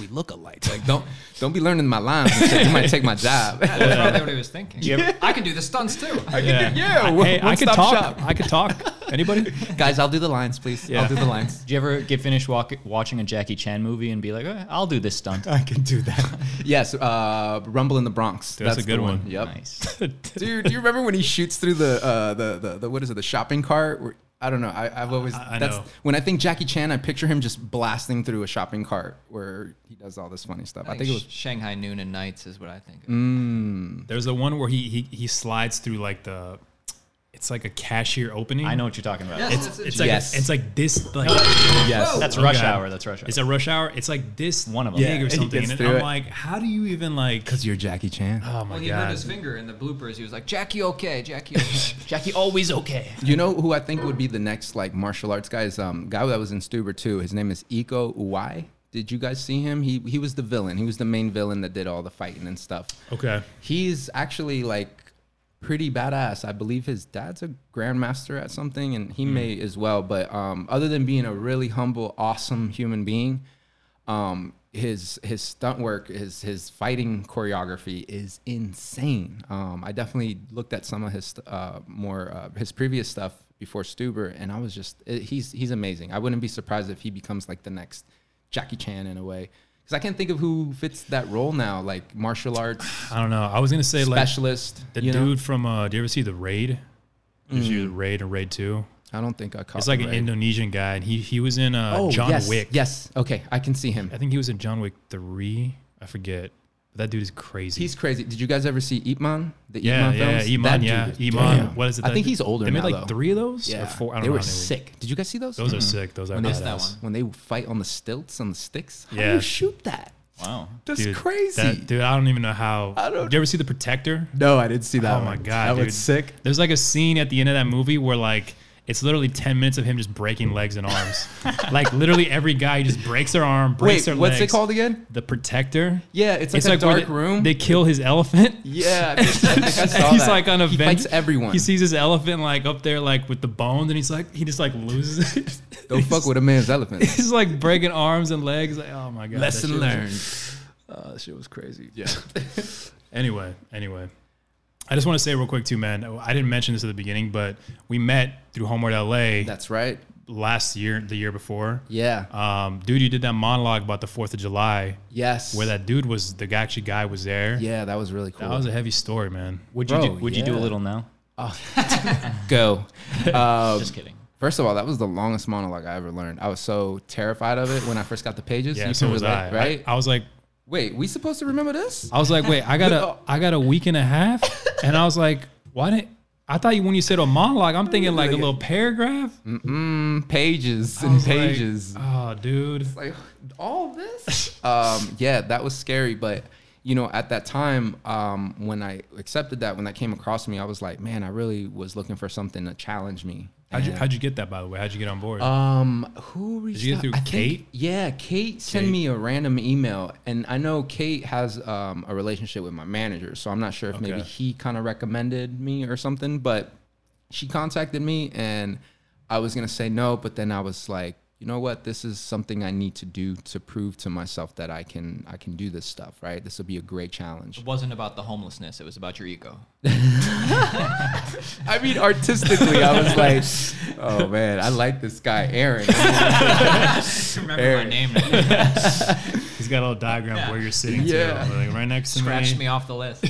we look alike. Like don't don't be learning my lines. and shit. You might take my job.
That's probably what he was thinking. I can do the stunts too.
yeah,
yeah,
I,
one-
hey, I could
one-stop
talk.
shop.
I could talk. Anybody?
Guys, I'll do the lines, please. I'll
Yeah.
do the lines.
Did you ever get finished walk, watching a Jackie Chan movie and be like, eh, I'll do this stunt?
I can do that.
Yes, uh, Rumble in the Bronx.
Dude, that's a
the
good one.
Yep.
Nice.
Dude, do you remember when he shoots through the uh, the, the the what is it? The shopping cart? Where, I don't know. I, I've always
I- I
that's
know.
when I think Jackie Chan, I picture him just blasting through a shopping cart where he does all this funny stuff. I think it was
Shanghai Noon and Nights is what I think. of.
There's the one where he he he slides through like the, it's like a cashier opening.
I know what you're talking about.
Yes,
It's, it's like
Yes.
it's like this like
yes.
That's
Oh,
rush
God.
hour. That's rush hour.
it's a rush hour. It's like this
One of them.
big
Yeah,
or
he
something.
gets
And
through
I'm
it.
like, how do you even like?
Because you're Jackie Chan.
oh my
Well, he hurt
god.
his finger in the bloopers. He was like, "Jackie, okay, Jackie, okay."
Jackie always okay.
You know who I think would be the next like martial arts guy is um guy that was in Stuber too. His name is Iko Uwai. Did you guys see him? He he was the villain. He was the main villain that did all the fighting and stuff.
Okay.
He's actually like pretty badass. I believe his dad's a grandmaster at something, and he may as well. But um, other than being a really humble, awesome human being, um, his his stunt work, his his fighting choreography is insane. Um, I definitely looked at some of his uh, more uh, his previous stuff before Stuber, and I was just it, he's he's amazing. I wouldn't be surprised if he becomes like the next Jackie Chan in a way. Because I can't think of who fits that role now, like martial arts
I don't know. I was gonna say like
specialist.
the
you
dude
know? Mm.
from uh, do you ever see the raid? Did you see the raid and raid two?
I don't think I caught.
It's like
the
an
right-
Indonesian guy, and he he was in uh, John
Oh, yes,
Wick.
Yes. Okay, I can see him.
I think he was in John Wick three. I forget. But that dude is crazy.
He's crazy. Did you guys ever see Ip Man? The Ip
yeah,
Man
yeah,
films?
Iman,
That
yeah,
dude is-
Iman.
damn.
What is it?
I
that-
think he's older
They
now,
made like
though.
three of those,
Yeah,
or four. I don't
they
know
were
how many.
sick. Did you guys see those?
Those are sick. Those are
I missed
badass.
that
when
one.
they fight on the stilts on the sticks. How do
Yeah.
you shoot that?
Wow.
That's
Dude,
crazy.
that- dude, I don't even know how.
I
I
don't-
don't, did you ever see the Protector?
no, I didn't see that.
Oh my
one.
god,
that
dude.
was sick.
There's like a scene at the end of that movie where like it's literally 10 minutes of him just breaking legs and arms. like literally every guy just breaks their arm, breaks
Wait,
their
what's
legs.
it called again?
The Protector.
Yeah, it's like a
where
dark
they-
room.
They kill his elephant.
Yeah, I think I saw
he's
that.
like on a
He
vent-
fights everyone.
He sees his elephant like up there, like with the bones, and he's like, he just like loses it.
Don't fuck with a man's elephant.
He's like breaking arms and legs. Like, oh my god. that shit was-
Uh, that shit was crazy. Yeah.
Anyway, anyway. I just want to say real quick too, man. I didn't mention this at the beginning, but we met through Homeward LA
That's right.
last year, the year before.
Yeah.
Um, dude, you did that monologue about the Fourth of July,
yes.
where that dude was the guy- actually guy was there.
Yeah, that was really cool.
That was a heavy story, man.
Would you
Bro,
do, would you do
yeah.
a little now?
go. Um,
Just kidding.
First of all, that was the longest monologue I ever learned. I was so terrified of it when I first got the pages.
Yeah,
You
so
can
was
relate,
I. I-
right?
I, was like,
Wait, we supposed to remember this?
I was like, wait, I got a I got a week and a half, and I was like, why didn't I thought you when you said a monologue, I'm thinking like a little paragraph.
Mm, pages and
It's like,
pages.
oh, dude.
like all this um yeah that was scary but you know at that time um when i accepted that when that came across to me i was like man i really was looking for something to challenge me
How'd you,
And,
how'd you get that, by the way? How'd you get on board?
um who reached
you get
out?
through
I think-
Kate?
yeah kate sent me a random email and i know kate has um a relationship with my manager so i'm not sure if maybe
Okay.
he kind of recommended me or something but she contacted me and I was gonna say no, but then I was like, you know what? This is something I need to do to prove to myself that I can I can do this stuff, right? This will be a great challenge.
It wasn't about the homelessness. It was about your ego.
I mean, artistically, I was like, oh man, I like this guy, Aaron.
Remember
Eric.
my name. Now.
He's got a little diagram of where you're sitting
Yeah.
too, like right next to
Scratched me off the list.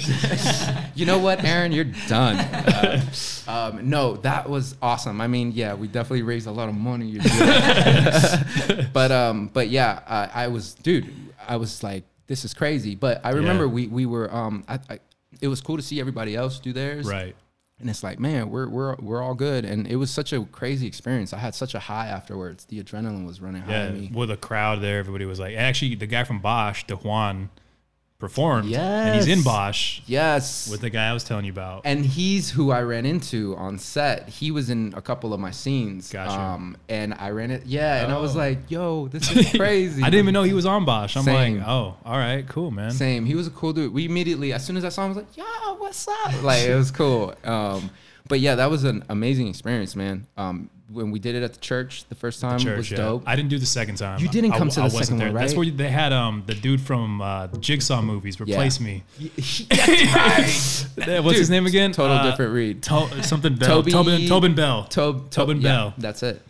you know what, Aaron? You're done. Uh, um, no, that was awesome. I mean, yeah, we definitely raised a lot of money. You did. but um, but yeah, I, I was, dude, I was like, this is crazy. But I remember
Yeah.
we we were um, I, I, it was cool to see everybody else do theirs,
Right.
and it's like, man, we're we're we're all good. And it was such a crazy experience. I had such a high afterwards. The adrenaline was running high
Yeah,
in me.
with a crowd there, everybody was like, actually, the guy from Bosch, DeJuan, performed. And he's in
Yes.
Bosch
Yes.
with the guy I was telling you about.
and he's who I ran into on set. He was in a couple of my scenes. um,
Gotcha. Oh.
and I ran it. Yeah, and I was like, "Yo, this is crazy."
I didn't even know he was on Bosch. I'm
Same.
like, oh, all right, cool, man.
Same. He was a cool dude. We immediately, as soon as I saw him, I was like, "Yo, what's up?" Like it was cool. Um, but yeah, that was an amazing experience, man. Um, when we did it at the church the first time, it
Church,
was
yeah.
dope.
I didn't do the second time.
You didn't
I-
come to
I
the
wasn't
second one,
That's
right?
where they had um the dude from uh, Jigsaw movies replace me. What's his
Dude,
name again?
Total
Uh,
different read.
To- something Bell. Toby, Tobin, Tobin Bell.
Tob,
Tobin
yeah,
Bell.
That's it.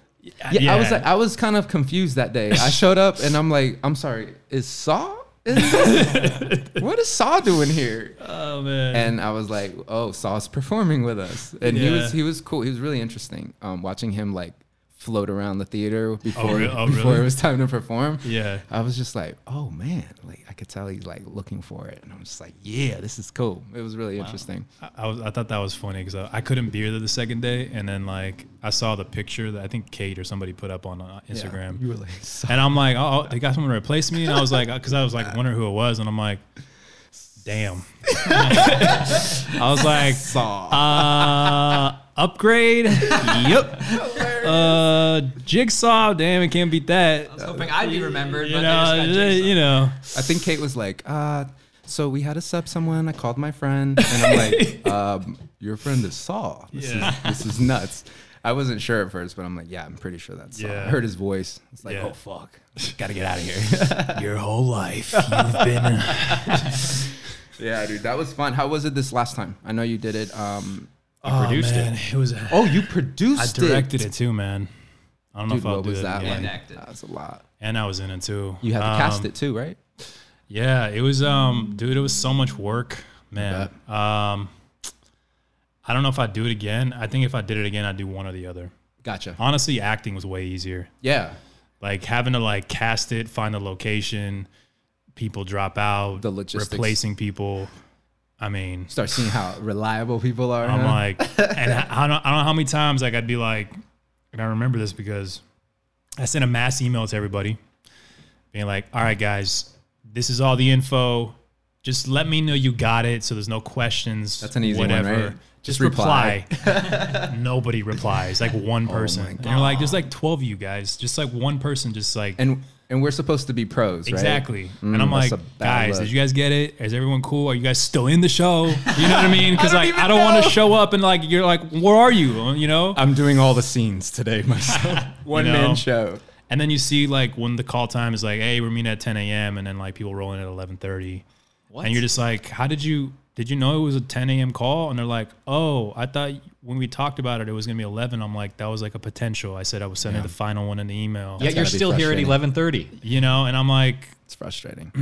Yeah, I was like, I was kind of confused that day. I showed up and I'm like, I'm sorry, is Saw? in this? what is Saw doing here?
oh man.
And I was like, oh, Saw's performing with us, and he was
Yeah.
he was cool. He was really interesting. Um, watching him like float around the theater before
re- oh,
before
really?
it was time to perform.
yeah.
I was just like, oh man, like I could tell he's like looking for it, and I'm just like, yeah, this is cool. It was really interesting.
I- I, was, I thought that was funny because I, I couldn't be there the second day, and then like I saw the picture that I think Kate or somebody put up on uh,
Yeah.
Instagram,
You were like, "Saw
and I'm like, oh, they got someone to replace me, and I was like, because I was like wondering who it was, and I'm like, damn, I was like,
Saw.
uh, upgrade, yep, uh, jigsaw, damn, it can't beat that,
I was hoping I'd be remembered,
you
but
know,
they just got Jason.
you know,
I think Kate was like, uh, so we had to sub someone. I called my friend, and I'm like, um, your friend is Saul. This,
Yeah.
is, this is nuts. I wasn't sure at first, but I'm like, yeah, I'm pretty sure that's Saul.
Yeah.
I heard his voice. It's like,
Yeah.
oh, fuck.
gotta get out of here. Your whole life, you've been.
Yeah, dude, that was fun. How was it this last time? I know you did it. Um,
Oh,
produced it.
man, it was.
oh, you
I
produced
directed it too, man. I don't know
Dude,
if I'll
what
do
was that
that. again.
like?
And acted.
That's a lot.
And I was in it too.
You had to
Um,
cast it too, right?
Yeah, it was um dude, it was so much work, man. Um I don't know if I'd do it again. I think if I did it again, I'd do one or the other.
Gotcha.
Honestly, acting was way easier.
Yeah.
Like having to like cast it, find the location, people drop out,
The logistics.
replacing people. I mean,
Start seeing how reliable people are.
I'm
huh?
like, and I, I, don't, I don't know how many times like I'd be like, and I remember this because I sent a mass email to everybody, being like, "All right, guys, this is all the info. Just let me know you got it, so there's no questions.
That's an easy one, right?
Just,
Just
reply.
reply. Oh
Nobody replies. Like one person.
my
and you're like, there's like twelve of you guys. Just like one person. Just like
and and we're supposed to be pros, right?
Exactly.
Mm,
and I'm
that's
like,
a bad
guys,
look."
did you guys get it? Is everyone cool? Are you guys still in the show? You know what I mean? Because like, I don't want to show up and like, you're like, where are you? You know?
I'm doing all the scenes today myself. One
know?
man show.
And then you see like when the call time is like, hey, we're meeting at 10 a.m. and then like people rolling at 11:30, and you're just like, how did you? Did you know it was a 10 a.m. call? And they're like, oh, I thought when we talked about it, it was gonna be 11. I'm like, that was like a potential. I said I was sending the final one in the email.
Yet you're
gotta be
still here at
frustrating.
11:30.
You know, and I'm like,
It's frustrating.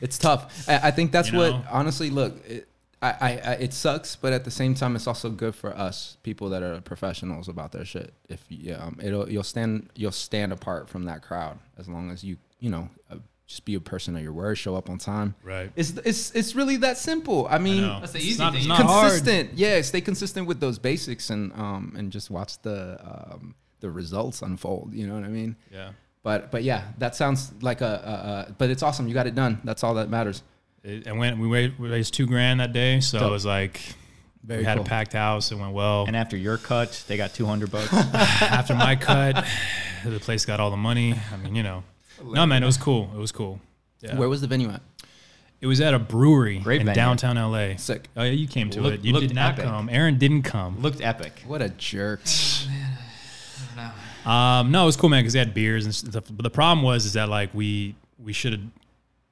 It's tough. I, I think that's
You know?
what honestly. Look, it, I, I, I it sucks, but at the same time, it's also good for us people that are professionals about their shit. If you, um, it'll you'll stand you'll stand apart from that crowd as long as you you know uh, just be a person of your word, show up on time.
Right.
It's it's it's really that simple. I mean,
know.
That's the
It's
easy
not-
thing.
it's
You
not
can-
hard.
consistent. Yeah, stay consistent with those basics and um and just watch the um the results unfold. You know what I mean?
Yeah.
But but yeah, that sounds like a, a, a but it's awesome. You got it done. That's all that matters.
It, and when we raised, we raised two grand that day, so it was like
Very
we had
cool.
a packed house. It went well.
And after your cut, they got 200 bucks.
after my cut, the place got all the money. I mean, you know, no man, it was cool. It was cool. Yeah.
Where was the venue at?
It was at a brewery
Great
in
venue.
downtown LA.
Sick.
Oh yeah, you came to
Look-
it. You
looked
did not
epic.
come. Aaron didn't come.
Looked epic.
What a jerk.
Um, no, it was cool, man, because they had beers and stuff. But the problem was is that like we we should have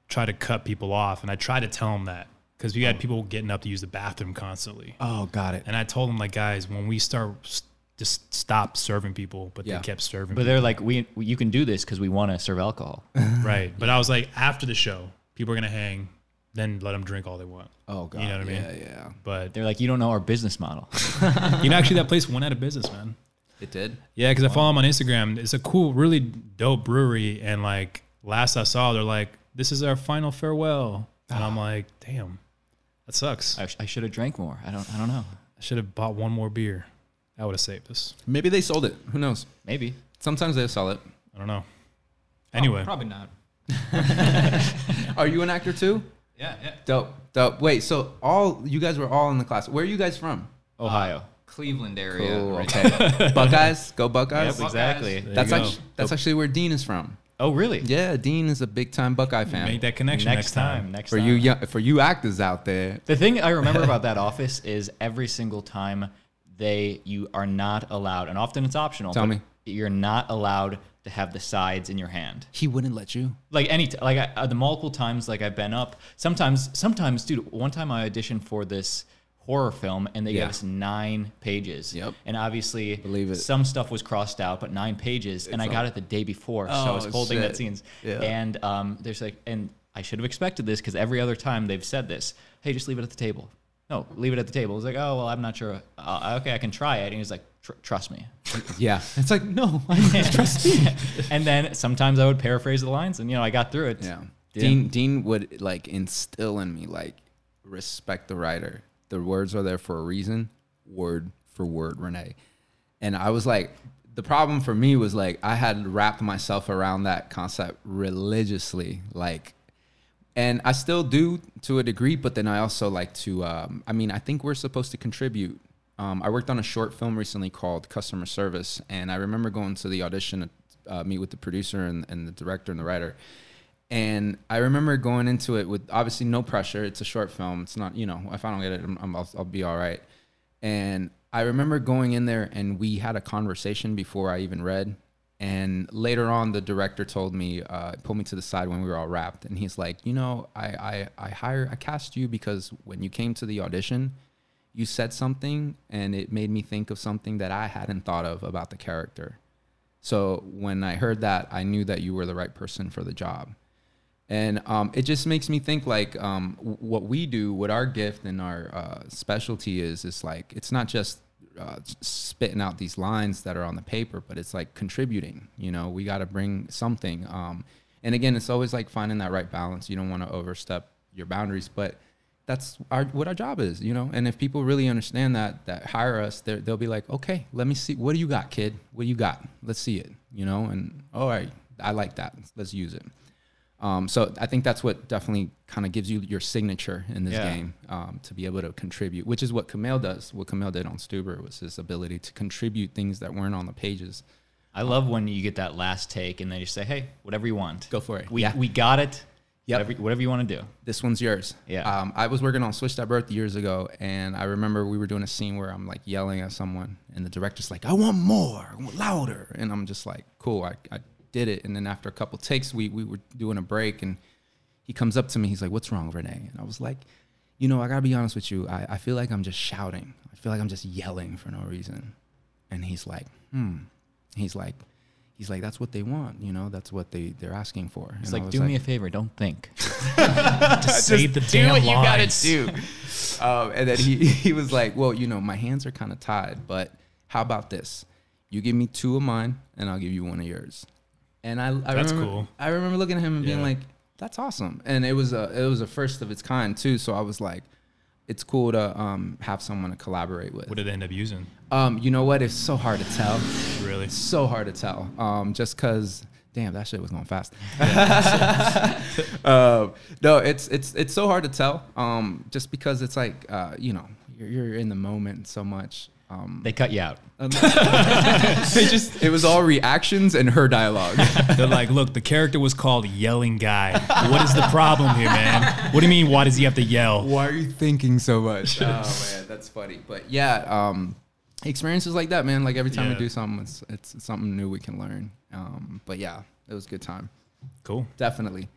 tried to cut people off, and I tried to tell them that because we
Oh.
had people getting up to use the bathroom constantly,
Oh, got it.
and I told them like, guys, when we start, s- just stop serving people. But
Yeah.
they kept serving.
But they're like, we, you can do this because we want to serve alcohol.
Right. But I was like, after the show, people are gonna hang, then let them drink all they want.
Oh god.
You know what I mean?
Yeah, yeah.
But
They're like, you don't know our business model.
you know, actually, that place went out of business, man.
It did.
Yeah, because I follow them on Instagram. It's a cool, really dope brewery, and like last I saw, they're like, "This is our final farewell," and
Ah.
I'm like, "Damn, that sucks. I
I, sh- I should have drank more. I don't, I don't know.
should have bought one more beer. That would have saved us.
Maybe they sold it. Who knows?
Maybe.
Sometimes they sell it.
I don't know.
Oh,
Anyway,
probably not.
Are you an actor too?
Yeah, yeah.
Dope, dope. Wait, so all you guys were all in the class. Where are you guys from?
Ohio.
Cleveland area.
Cool,
right?
okay. Buckeyes, go Buckeyes.
Yep, exactly.
there you
that's
go.
actually that's actually where Dean is from.
Oh, really?
Yeah, Dean is a big time Buckeye fan.
make that connection next, time.
Next
for
time.
you young, for you actors out there.
The thing I remember about that office is every single time they you are not allowed, and often it's optional.
Tell
but
me.
you're not allowed to have the sides in your hand.
He wouldn't let you.
Like any t- like I, uh, the multiple times like I've been up. Sometimes sometimes dude, one time I auditioned for this horror film and they
Yeah.
gave us 9 pages.
Yep.
And obviously
Believe it.
some stuff was crossed out, but 9 pages and I got it the day before, so I was
Oh,
holding
shit.
that scenes.
Yeah.
And um there's like and I should have expected this cuz every other time they've said this. Hey, just leave it at the table. No, leave it at the table. It's like, "Oh, well, I'm not sure. Uh, okay, I can try it." And he's like, Tr- "Trust me."
Yeah, it's like no.
Trust me. and then sometimes I would paraphrase the lines and you know, I got through it.
yeah, Dean Dean would like instill in me like respect the writer. The words are there for a reason, word for word, Renee. And I was like, the problem for me was like I had wrapped myself around that concept religiously, like and I still do to a degree, but then I also like to. Um, I mean, I think we're supposed to contribute. Um, I worked on a short film recently called Customer Service, and I remember going to the audition, uh, meet with the producer and, and the director and the writer, and I remember going into it with obviously no pressure. It's a short film. It's not, you know, if I don't get it, I'm, I'm, I'll, I'll be all right. And I remember going in there and we had a conversation before I even read. And later on, the director told me, uh, pulled me to the side when we were all wrapped. And he's like, you know, I, I, I hire, I cast you because when you came to the audition, you said something and it made me think of something that I hadn't thought of about the character. So when I heard that, I knew that you were the right person for the job. And um, it just makes me think like um, w- what we do, what our gift and our uh, specialty is, is like it's not just uh, s- spitting out these lines that are on the paper, but it's like contributing. You know, we got to bring something. Um, and again, it's always like finding that right balance. You don't want to overstep your boundaries, but that's our what our job is, you know. And if people really understand that, that hire us, they're- they'll be like, okay, let me see, what do you got, kid? What do you got? Let's see it, you know. And all right, I like that. Let's use it. Um, so I think that's what definitely kind of gives you your signature in this
Yeah.
game um, to be able to contribute, which is what Kamel does. What Kamel did on Stuber was his ability to contribute things that weren't on the pages.
I love when you get that last take and they just say, "Hey, whatever you want,
Go for it."
We
Yeah.
we got it.
Yep.
Whatever, whatever you want to do.
This one's yours.
Yeah.
Um, I was working on Switch That Birth years ago, and I remember we were doing a scene where I'm like yelling at someone, and the director's like, "I want more, I want louder," and I'm just like, "Cool, I, I did it." And then after a couple takes, we we were doing a break, and he comes up to me. He's like, "What's wrong, Renee?" And I was like, "You know, I gotta be honest with you. I, I feel like I'm just shouting. I feel like I'm just yelling for no reason." And he's like, "Hmm." He's like, he's like, "That's what they want. You know, that's what they they're asking for."
It's like, do me a favor, don't think.
Say the damn lines.
do. um, and then he, he was like, Well, you know, my hands are kind of tied, but how about this? You give me two of mine, and I'll give you one of yours. And I, I
That's
remember,
cool.
I remember looking at him and being
Yeah.
like, that's awesome. And it was a it was a first of its kind too. So I was like, it's cool to um, have someone to collaborate with.
What did they end up using?
Um, you know what? It's so hard to tell.
Really?
So hard to tell. Um, just because. Damn, that shit was going fast. uh, no, it's it's it's so hard to tell. Um, just because it's like uh, you know you're, you're in the moment so much. Um,
They cut you out.
they just it was all reactions and her dialogue.
They're like, look, the character was called Yelling Guy. What is the problem here, man? What do you mean? Why does he have to yell?
Why are you thinking so much? oh man, that's funny. But yeah, um, experiences like that, man. Like every time
Yeah.
we do something, it's, it's something new we can learn. Um, but yeah, it was a good time.
Cool.
Definitely.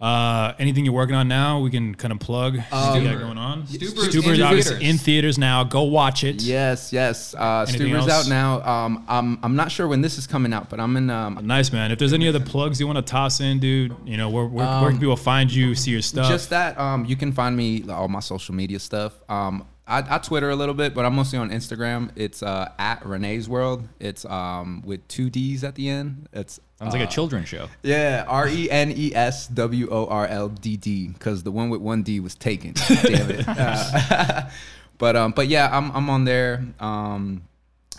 Uh, anything you're working on now? We can kind of plug. Um, you got
Stuber.
going on.
Stuber's
Stuber is
in
obviously
theaters.
in theaters now. Go watch it.
Yes, yes. Uh,
Anything
Stuber's
else?
out now. Um, I'm I'm not sure when this is coming out, but I'm in. Um,
Nice man. If there's any other plugs you want to toss in, dude, you know where where, where
Um,
can people find you, see your stuff?
just that. Um, you can find me like, all my social media stuff. Um, I, I Twitter a little bit, but I'm mostly on Instagram. It's uh, at Renee's World. It's um with two D's at the end. It's
Sounds like a children's show.
Yeah, R E N E S W O R L D D, because the one with one D was taken. Damn it. Uh, but um, but yeah, I'm I'm on there um,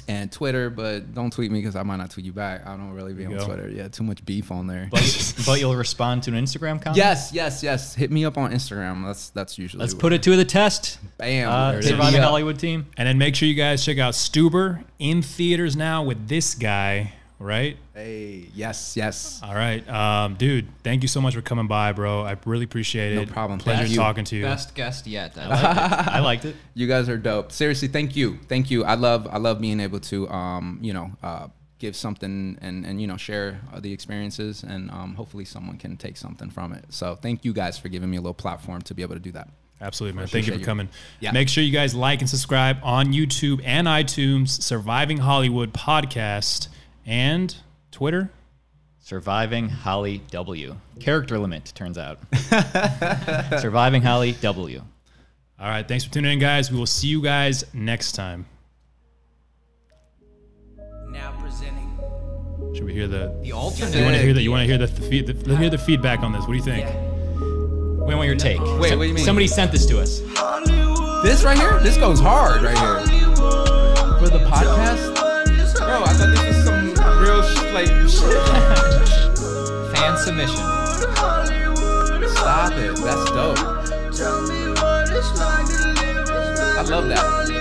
and Twitter, but don't tweet me because I might not tweet you back. I don't really be on
go.
Twitter. Yeah, too much beef on there.
But, but you'll respond to an Instagram comment?
yes, yes, yes. Hit me up on Instagram. That's that's usually.
Let's
what-
put it to the test.
Bam.
Uh,
Hit me
surviving
up.
Hollywood team.
and then make sure you guys check out Stuber in theaters now with this guy, right?
Hey, yes, yes.
All right, um, dude. Thank you so much for coming by, bro. I really appreciate
No
it.
problem.
Pleasure
Thank you.
talking to you.
Best guest yet. I
I
like
liked it. I liked it.
You guys are dope. Seriously, thank you, thank you. I love, I love being able to, um, you know, uh, give something and and you know share uh, the experiences, and um, hopefully someone can take something from it. So thank you guys for giving me a little platform to be able to do that.
Absolutely, man. Thank you for
you.
coming.
Yeah.
Make sure you guys like and subscribe on YouTube and iTunes, Surviving Hollywood Podcast, and Twitter.
Surviving Holly W. Character limit, turns out. Surviving Holly W.
All right. Thanks for tuning in, guys. We will see you guys next time.
Now presenting
Should we hear the?
the alternate.
You want to hear that? You want to hear the, the, feed, the, let's hear the feedback on this? What do you think?
We want your take.
Wait, what do you mean?
Somebody sent this to us.
This right here, this goes hard right here for the podcast. Bro, I thought this was some real sh- like shit.
Fan submission.
Stop it, that's dope. I love that.